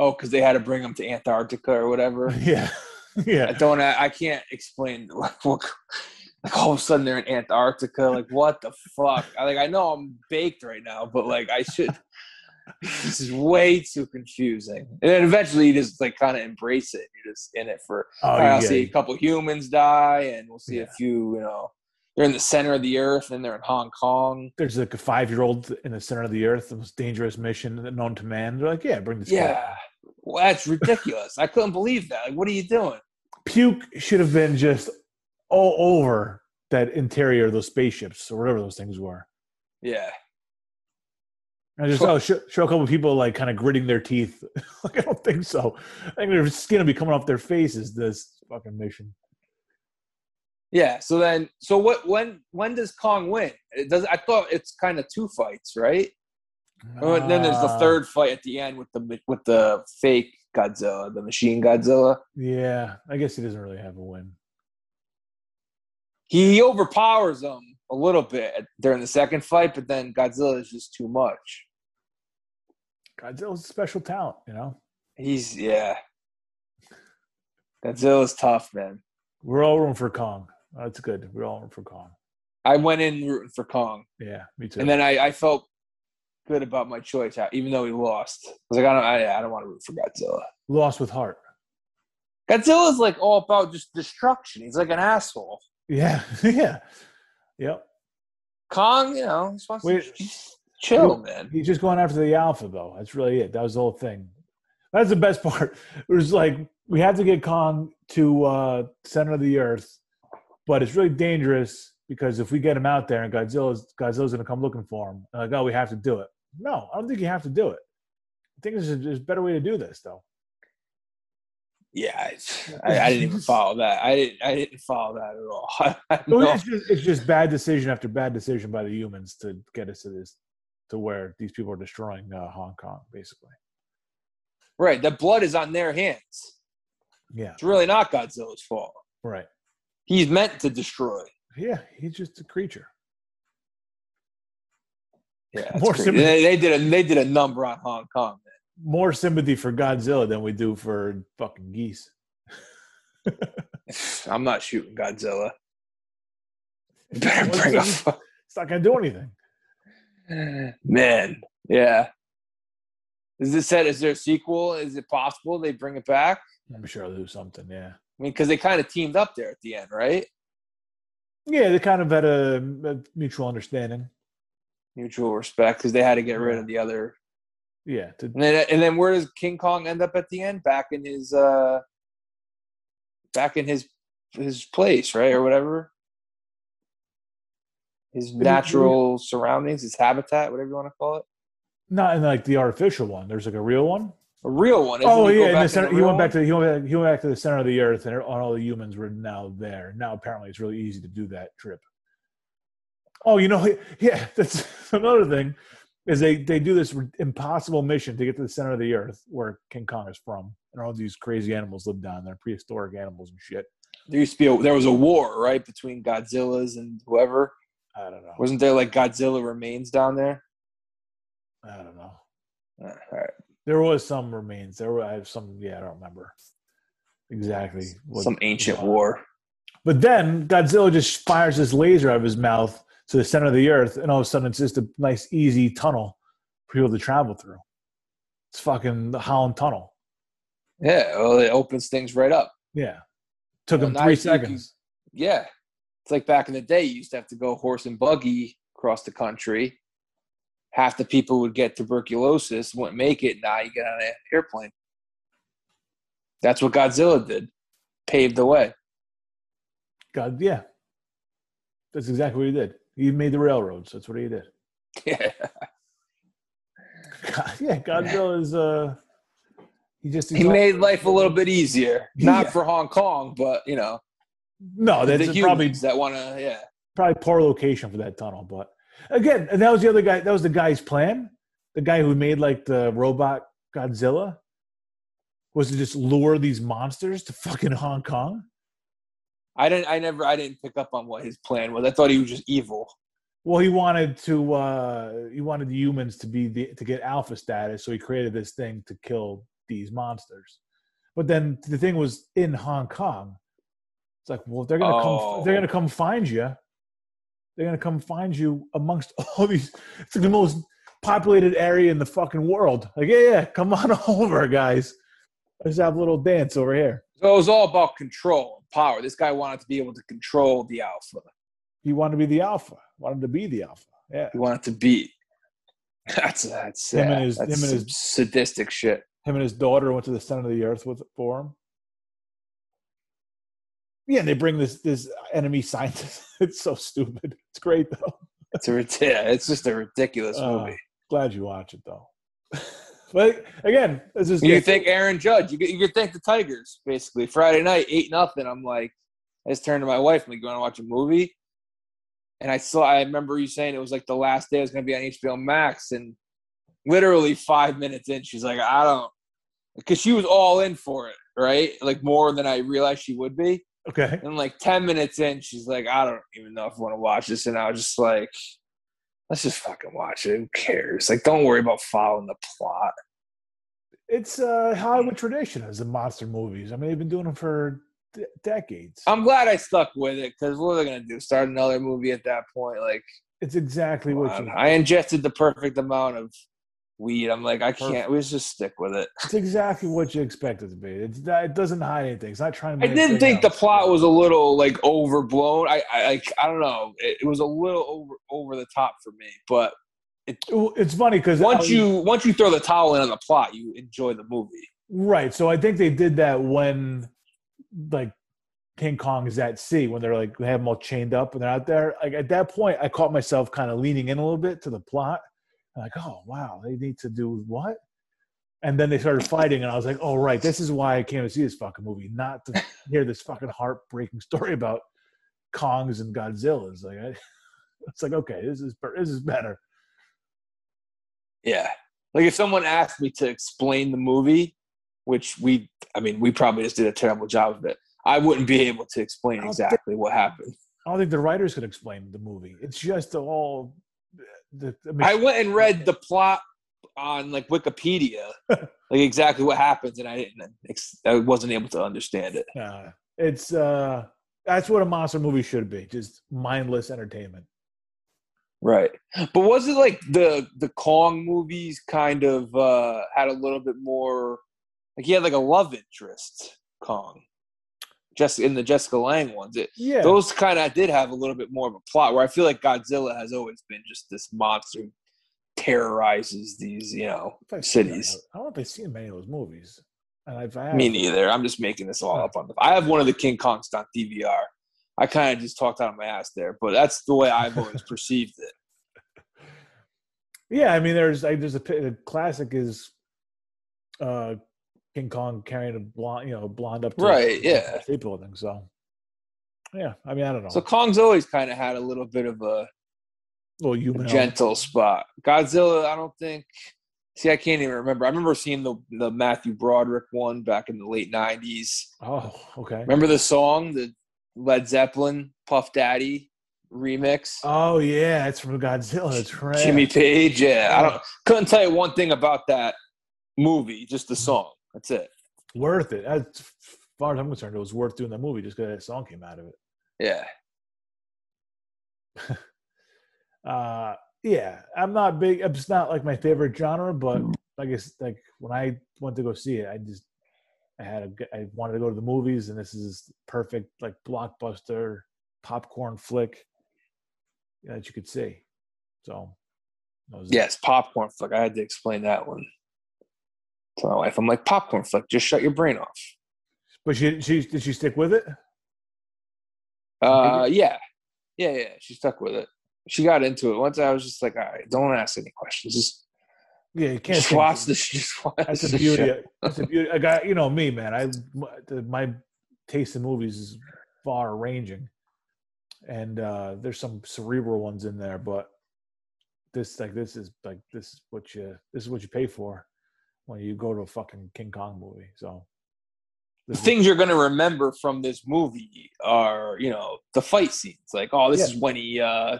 [SPEAKER 1] oh, because they had to bring him to Antarctica or whatever.
[SPEAKER 2] yeah,
[SPEAKER 1] I
[SPEAKER 2] yeah.
[SPEAKER 1] don't. I, I can't explain. Like, what, like all of a sudden they're in Antarctica. Like what the fuck? I, like I know I'm baked right now, but like I should. this is way too confusing. And then eventually you just like kind of embrace it. You're just in it for.
[SPEAKER 2] Oh
[SPEAKER 1] All right, I'll
[SPEAKER 2] yeah.
[SPEAKER 1] see a couple humans die, and we'll see a
[SPEAKER 2] Yeah.
[SPEAKER 1] few. You know, they're in the center of the earth, and they're in Hong Kong.
[SPEAKER 2] There's like a five year old in the center of the earth, the most dangerous mission known to man. They're like, yeah, bring this. guy.
[SPEAKER 1] Yeah. Well, that's ridiculous. I couldn't believe that. Like, what are you doing?
[SPEAKER 2] puke should have been just all over that interior of those spaceships or whatever those things were.
[SPEAKER 1] Yeah.
[SPEAKER 2] And I just oh, show, show a couple of people like kind of gritting their teeth. like I don't think so. I think their skin will be coming off their faces. This fucking mission.
[SPEAKER 1] Yeah. So then, so what? When when does Kong win? It does. I thought it's kind of two fights, right? Oh, and then there's the
[SPEAKER 2] Uh,
[SPEAKER 1] third fight at the end with the with the fake Godzilla, the machine Godzilla.
[SPEAKER 2] Yeah, I guess he doesn't really have a win.
[SPEAKER 1] He overpowers him a little bit at- during the second fight, but then Godzilla is just too much.
[SPEAKER 2] Godzilla's a special talent, you know.
[SPEAKER 1] He's yeah. Godzilla's tough, man.
[SPEAKER 2] We're all room for Kong. That's good. We're all room for Kong.
[SPEAKER 1] I went in rooting for Kong,
[SPEAKER 2] Yeah, me too.
[SPEAKER 1] and then I, I felt good about my choice, even though he lost. I was like, I don't, I, I don't want to root for Godzilla.
[SPEAKER 2] Lost with heart.
[SPEAKER 1] Godzilla's like all about just destruction. He's like an asshole.
[SPEAKER 2] Yeah, yeah, yep.
[SPEAKER 1] Kong, you know, just wants
[SPEAKER 2] Wait.
[SPEAKER 1] to just chill, man.
[SPEAKER 2] He's just going after the alpha, though. That's really it. That was the whole thing. That's the best part. It was like we have to get Kong to uh, center of the earth, but it's really dangerous because if we get him out there and Godzilla's Godzilla's gonna come looking for him, like oh, we have to do it. No, I don't think you have to do it. I think there's a, there's a better way to do this, though.
[SPEAKER 1] Yeah, I- I, I didn't even follow that. I didn't. I didn't follow that at all. I,
[SPEAKER 2] I mean,
[SPEAKER 1] know.
[SPEAKER 2] It's, just, it's just bad decision after bad decision by the humans to get us to this, to where these people are destroying uh, Hong Kong, basically.
[SPEAKER 1] Right, the blood is on their hands.
[SPEAKER 2] Yeah,
[SPEAKER 1] It's really not Godzilla's fault.
[SPEAKER 2] right.
[SPEAKER 1] He's meant to destroy.
[SPEAKER 2] Yeah, he's just a creature.
[SPEAKER 1] Yeah, that's
[SPEAKER 2] More
[SPEAKER 1] crazy.
[SPEAKER 2] similar-
[SPEAKER 1] They, they did a they did a number on Hong Kong. Man.
[SPEAKER 2] more sympathy for Godzilla than we do for fucking geese.
[SPEAKER 1] I'm not shooting Godzilla. You better bring a fu-
[SPEAKER 2] It's not gonna do anything.
[SPEAKER 1] man. Yeah. Is this said? Is there a sequel? Is it possible they bring it back?
[SPEAKER 2] I'm sure they'll do something. Yeah,
[SPEAKER 1] I mean, because they kind of teamed up there at the end, right?
[SPEAKER 2] yeah. They kind of had a, a mutual understanding.
[SPEAKER 1] Mutual respect because they had to get rid of the other
[SPEAKER 2] Yeah, to,
[SPEAKER 1] And then, and then where does King Kong end up at the end? Back in his, uh, back in his his place, right, or whatever. His natural surroundings, his habitat, whatever you want to call it.
[SPEAKER 2] not in like the artificial one. There's like a real one.
[SPEAKER 1] A real one.
[SPEAKER 2] oh
[SPEAKER 1] doesn't he go
[SPEAKER 2] yeah, in
[SPEAKER 1] back
[SPEAKER 2] the
[SPEAKER 1] in
[SPEAKER 2] center,
[SPEAKER 1] the
[SPEAKER 2] he
[SPEAKER 1] real
[SPEAKER 2] went back to he went back, he went back to the center of the earth, and all the humans were now there. Now apparently it's really easy to do that trip. Oh, you know, yeah, that's another thing. Is they they do this impossible mission to get to the center of the earth where King Kong is from, and all these crazy animals live down there, prehistoric animals and shit.
[SPEAKER 1] There used to be a, there was a war right between Godzilla's and whoever.
[SPEAKER 2] I don't know.
[SPEAKER 1] Wasn't there like Godzilla remains down there?
[SPEAKER 2] I don't know.
[SPEAKER 1] Uh, all right.
[SPEAKER 2] There was some remains. There were I have some. Yeah, I don't remember exactly. what-
[SPEAKER 1] Some ancient
[SPEAKER 2] what-
[SPEAKER 1] war.
[SPEAKER 2] But then Godzilla just fires this laser out of his mouth to the center of the earth, and all of a sudden it's just a nice, easy tunnel for people to travel through. It's fucking the Holland Tunnel.
[SPEAKER 1] Yeah. Well, it opens things right up.
[SPEAKER 2] Yeah. Took
[SPEAKER 1] Well,
[SPEAKER 2] him
[SPEAKER 1] now
[SPEAKER 2] three
[SPEAKER 1] you think you-
[SPEAKER 2] seconds.
[SPEAKER 1] Yeah. It's like back in the day, you used to have to go horse and buggy across the country. Half the people would get tuberculosis, wouldn't make it. Now you get on an airplane. That's what Godzilla did, paved the way.
[SPEAKER 2] God, yeah. That's exactly what he did. He made the railroads. That's what he did.
[SPEAKER 1] Yeah.
[SPEAKER 2] God, yeah, Godzilla is. Uh, he just
[SPEAKER 1] He made life a little bit easier. Not
[SPEAKER 2] Yeah.
[SPEAKER 1] for Hong Kong, but, you know,
[SPEAKER 2] No, that's
[SPEAKER 1] the
[SPEAKER 2] probably
[SPEAKER 1] humans that want to, yeah.
[SPEAKER 2] probably poor location for that tunnel. But again, and that was the other guy. That was the guy's plan. The guy who made like the robot Godzilla was to just lure these monsters to fucking Hong Kong.
[SPEAKER 1] I didn't. I never. I didn't pick up on what his plan was. I thought he was just evil.
[SPEAKER 2] Well, he wanted to. Uh, he wanted the humans to be the, to get alpha status, so he created this thing to kill these monsters. But then the thing was in Hong Kong. It's like, well, if they're gonna come.
[SPEAKER 1] Oh.
[SPEAKER 2] if They're gonna come find you. They're gonna come find you amongst all these. It's like the most populated area in the fucking world. Like, yeah, yeah, come on over, guys. Let's have a little dance over here.
[SPEAKER 1] So it was all about control and power. This guy wanted to be able to control the alpha.
[SPEAKER 2] He wanted to be the alpha. Wanted to be the alpha. Yeah.
[SPEAKER 1] He wanted to beat. That's that's
[SPEAKER 2] Him and
[SPEAKER 1] sad.
[SPEAKER 2] his-
[SPEAKER 1] that's
[SPEAKER 2] him and
[SPEAKER 1] some
[SPEAKER 2] his-
[SPEAKER 1] sadistic shit.
[SPEAKER 2] him and his daughter went to the center of the earth with for him. Yeah, and they bring this this enemy scientist. It's so stupid. It's great though.
[SPEAKER 1] It's a rid- yeah, It's just a ridiculous
[SPEAKER 2] Uh,
[SPEAKER 1] movie.
[SPEAKER 2] Glad you watch it though. but again, this is
[SPEAKER 1] You think Aaron Judge? You could, you could thank the Tigers basically. Friday night, eight nothing. I'm like, I just turned to my wife. I'm like, you want to watch a movie? And I saw. I remember you saying it was like the last day it was going to be on HBO Max, and literally five minutes in, she's like, I don't, because she was all in for it, right? Like more than I realized she would be.
[SPEAKER 2] okay.
[SPEAKER 1] And like ten minutes in, she's like, I don't even know if I want to watch this, and I was just like, Let's just fucking watch it. Who cares? Like, don't worry about following the plot.
[SPEAKER 2] It's uh Hollywood tradition is the monster movies. I mean, they've been doing them for d- decades.
[SPEAKER 1] I'm glad I stuck with it because what are they gonna do? Start another movie at that point? Like
[SPEAKER 2] it's exactly what
[SPEAKER 1] I,
[SPEAKER 2] you.
[SPEAKER 1] I ingested the perfect amount of weed. I'm like, I can't.
[SPEAKER 2] Perfect.
[SPEAKER 1] We just stick with it.
[SPEAKER 2] It's exactly what you expect it to be. It's not, it doesn't hide anything. It's not trying to.
[SPEAKER 1] I
[SPEAKER 2] be
[SPEAKER 1] did
[SPEAKER 2] anything
[SPEAKER 1] think the
[SPEAKER 2] else.
[SPEAKER 1] plot was a little like overblown. I, I like I don't know. It, it was a little over over the top for me. But
[SPEAKER 2] It's funny because
[SPEAKER 1] once you once you throw the towel in on the plot, you enjoy the movie.
[SPEAKER 2] Right. So I think they did that when like King Kong is at sea, when they're like they have them all chained up and they're out there. Like at that point I caught myself kind of leaning in a little bit to the plot. I'm like, oh wow, they need to do what? And then they started fighting and I was like, oh right, this is why I came to see this fucking movie, not to hear this fucking heartbreaking story about Kongs and Godzillas. Like I it's like okay, this is per- this is better.
[SPEAKER 1] Yeah. Like if someone asked me to explain the movie, which we I mean we probably just did a terrible job of it. I wouldn't be able to explain
[SPEAKER 2] I'll
[SPEAKER 1] exactly what happened.
[SPEAKER 2] I don't think the writers could explain the movie. It's just all uh, the, the
[SPEAKER 1] I went and read the plot on like Wikipedia, like exactly what happens, and I didn't. ex- I wasn't able to understand it.
[SPEAKER 2] Nah, it's uh, that's what a monster movie should be, just mindless entertainment.
[SPEAKER 1] Right, but was it like the the Kong movies kind of uh had a little bit more? Like he had like a love interest, Kong, just in the Jessica Lang ones. It,
[SPEAKER 2] Yeah,
[SPEAKER 1] Those kind of did have a little bit more of a plot where I feel like Godzilla has always been just this monster who terrorizes these, you know,
[SPEAKER 2] If I've seen
[SPEAKER 1] cities.
[SPEAKER 2] that, I don't know if I've seen many of those movies, and if I have,
[SPEAKER 1] Me neither. I'm just making this all up on the. I have one of the King Kongs on DVR. I kind of just talked out of my ass there, but that's the way I've always perceived it.
[SPEAKER 2] yeah, I mean, there's like, there's a, pi- a classic is uh, King Kong carrying a blonde, you know, blonde up to
[SPEAKER 1] Right, yeah.
[SPEAKER 2] state building. So, yeah, I mean, I don't know,
[SPEAKER 1] So Kong's always kind of had a little bit of a
[SPEAKER 2] little human element.
[SPEAKER 1] gentle spot. Godzilla, I don't think. See, I can't even remember. I remember seeing the the Matthew Broderick one back in the late '90s.
[SPEAKER 2] Oh, okay.
[SPEAKER 1] Remember the song, the Led Zeppelin "Puff Daddy" remix.
[SPEAKER 2] Oh yeah, it's from Godzilla. That's right.
[SPEAKER 1] Jimmy Page. Yeah, I don't couldn't tell you one thing about that movie. Just the song. That's it.
[SPEAKER 2] worth it. As far as I'm concerned, it was worth doing that movie just because that song came out of it.
[SPEAKER 1] Yeah.
[SPEAKER 2] uh yeah i'm not big it's not like my favorite genre but like it's like when i went to go see it i just i had a g- i wanted to go to the movies and this is perfect like blockbuster popcorn flick that you could see. So, that was it.
[SPEAKER 1] Yes, popcorn flick. I had to explain that one to my wife. I'm like, popcorn flick, just shut your brain off.
[SPEAKER 2] But she, she did she stick with it?
[SPEAKER 1] Uh, yeah, yeah, yeah. She stuck with it. She got into it. Once I was just like, all right, don't ask any questions. Just,
[SPEAKER 2] Yeah, you can't.
[SPEAKER 1] just
[SPEAKER 2] say-
[SPEAKER 1] watch this. Just watch
[SPEAKER 2] That's
[SPEAKER 1] this
[SPEAKER 2] the beauty.
[SPEAKER 1] shit.
[SPEAKER 2] of- That's the beauty. I got you know me, man. I my- my taste in movies is far ranging, and uh there's some cerebral ones in there, but this like this is like this is what you this is what you pay for when you go to a fucking King Kong movie. So
[SPEAKER 1] the
[SPEAKER 2] this is-
[SPEAKER 1] things you're going to remember from this movie are, you know, the fight scenes. Like, oh, this
[SPEAKER 2] Yeah.
[SPEAKER 1] is when he uh,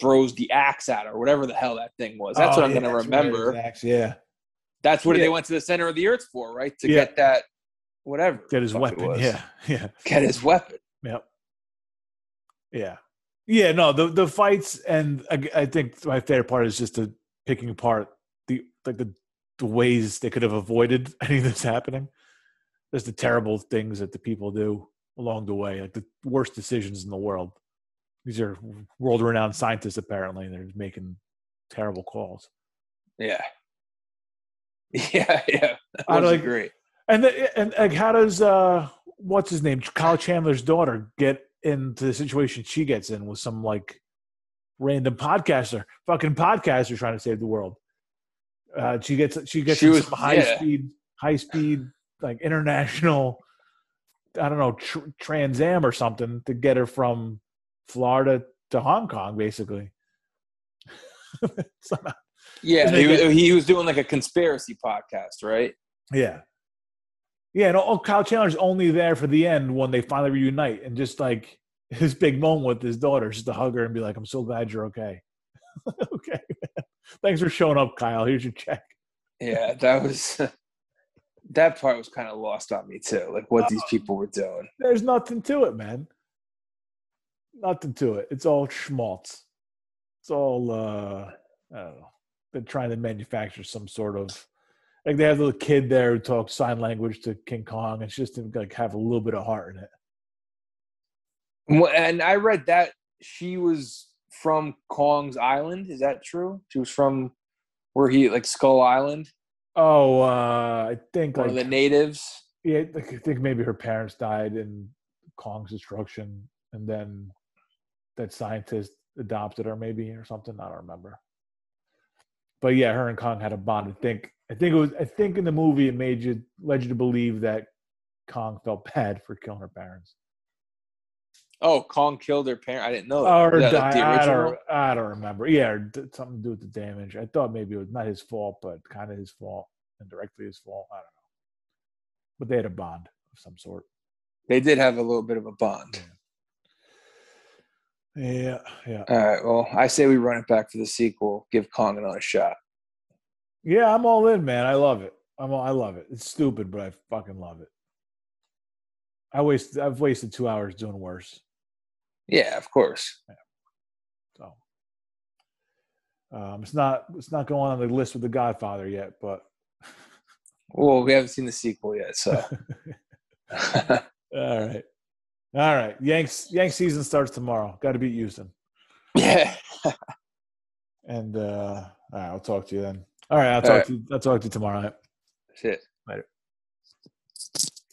[SPEAKER 1] throws the axe at her, whatever the hell that thing was. That's
[SPEAKER 2] Oh,
[SPEAKER 1] what I'm
[SPEAKER 2] yeah,
[SPEAKER 1] going to
[SPEAKER 2] that's where it is,
[SPEAKER 1] remember.
[SPEAKER 2] Max, Yeah,
[SPEAKER 1] That's what
[SPEAKER 2] Yeah.
[SPEAKER 1] they went to the center of the earth for, right? To
[SPEAKER 2] Yeah.
[SPEAKER 1] get that, whatever.
[SPEAKER 2] get his
[SPEAKER 1] the fuck it
[SPEAKER 2] weapon.
[SPEAKER 1] was.
[SPEAKER 2] Yeah, yeah.
[SPEAKER 1] Get his weapon.
[SPEAKER 2] Yep. Yeah. Yeah. No, the the fights and I, I think my favorite part is just the picking apart the like the, the ways they could have avoided any of this happening. There's the terrible things that the people do along the way, like the worst decisions in the world. These are world renowned scientists apparently, and they're making terrible calls.
[SPEAKER 1] Yeah. Yeah, yeah. That
[SPEAKER 2] I
[SPEAKER 1] was
[SPEAKER 2] like-
[SPEAKER 1] great.
[SPEAKER 2] And the, and like, how does uh, what's his name, Kyle Chandler's daughter, get into the situation she gets in with some like random podcaster, fucking podcaster trying to save the world? Uh, she gets she gets
[SPEAKER 1] She
[SPEAKER 2] in
[SPEAKER 1] was-
[SPEAKER 2] some high
[SPEAKER 1] yeah.
[SPEAKER 2] speed high speed like international, I don't know, tr- Trans Am or something to get her from Florida to Hong Kong, basically. Somehow.
[SPEAKER 1] Yeah,
[SPEAKER 2] And they
[SPEAKER 1] he,
[SPEAKER 2] get-
[SPEAKER 1] he was doing like a conspiracy podcast, right?
[SPEAKER 2] Yeah. Yeah, and all, Kyle Chandler's only there for the end when they finally reunite and just like his big moment with his daughter is just to hug her and be like, I'm so glad you're okay. okay. man. Thanks for showing up, Kyle. Here's your check.
[SPEAKER 1] Yeah, that was that part was kind of lost on me too. Like what
[SPEAKER 2] Oh.
[SPEAKER 1] these people were doing.
[SPEAKER 2] There's nothing to it, man. Nothing to it. It's all schmaltz. It's all uh I don't know. They're trying to manufacture some sort of like they have the little kid there who talks sign language to King Kong. It's just to like have a little bit of heart in it.
[SPEAKER 1] Well, And I read that she was from Kong's Island. Is that true? She was from where he like Skull Island,
[SPEAKER 2] Oh, uh, I think
[SPEAKER 1] one
[SPEAKER 2] like
[SPEAKER 1] of the natives.
[SPEAKER 2] yeah, like, I think maybe her parents died in Kong's destruction, and then that scientist adopted her, maybe or something. I don't remember. But yeah, her and Kong had a bond. I think. I think it was. I think in the movie, it made you led you to believe that Kong felt bad for killing her parents.
[SPEAKER 1] Oh, Kong killed her parent. I didn't know. that.
[SPEAKER 2] Or
[SPEAKER 1] Is that, like,
[SPEAKER 2] die,
[SPEAKER 1] Oh, the
[SPEAKER 2] I,
[SPEAKER 1] original?
[SPEAKER 2] don't, I don't remember. Yeah, or d- something to do with the damage. I thought maybe it was not his fault, but kind of his fault, indirectly his fault. I don't know. But they had a bond of some sort.
[SPEAKER 1] They did have a little bit of a bond.
[SPEAKER 2] Yeah, yeah,
[SPEAKER 1] All right. Well, I say we run it back for the sequel. Give Kong another shot.
[SPEAKER 2] yeah. I'm all in, man. I love it. I'm all, I love it. It's stupid, but I fucking love it. I waste. I've wasted two hours doing worse.
[SPEAKER 1] Yeah, of course.
[SPEAKER 2] So um, it's not. It's not going on the list with the Godfather yet, but
[SPEAKER 1] Well, we haven't seen the sequel yet, so.
[SPEAKER 2] all right, all right. Yanks. Yanks season starts tomorrow. Got to beat Houston.
[SPEAKER 1] yeah.
[SPEAKER 2] And uh, all right, I'll talk to you then. All right, I'll talk
[SPEAKER 1] right.
[SPEAKER 2] to you. I'll talk to you tomorrow. night.
[SPEAKER 1] Shit.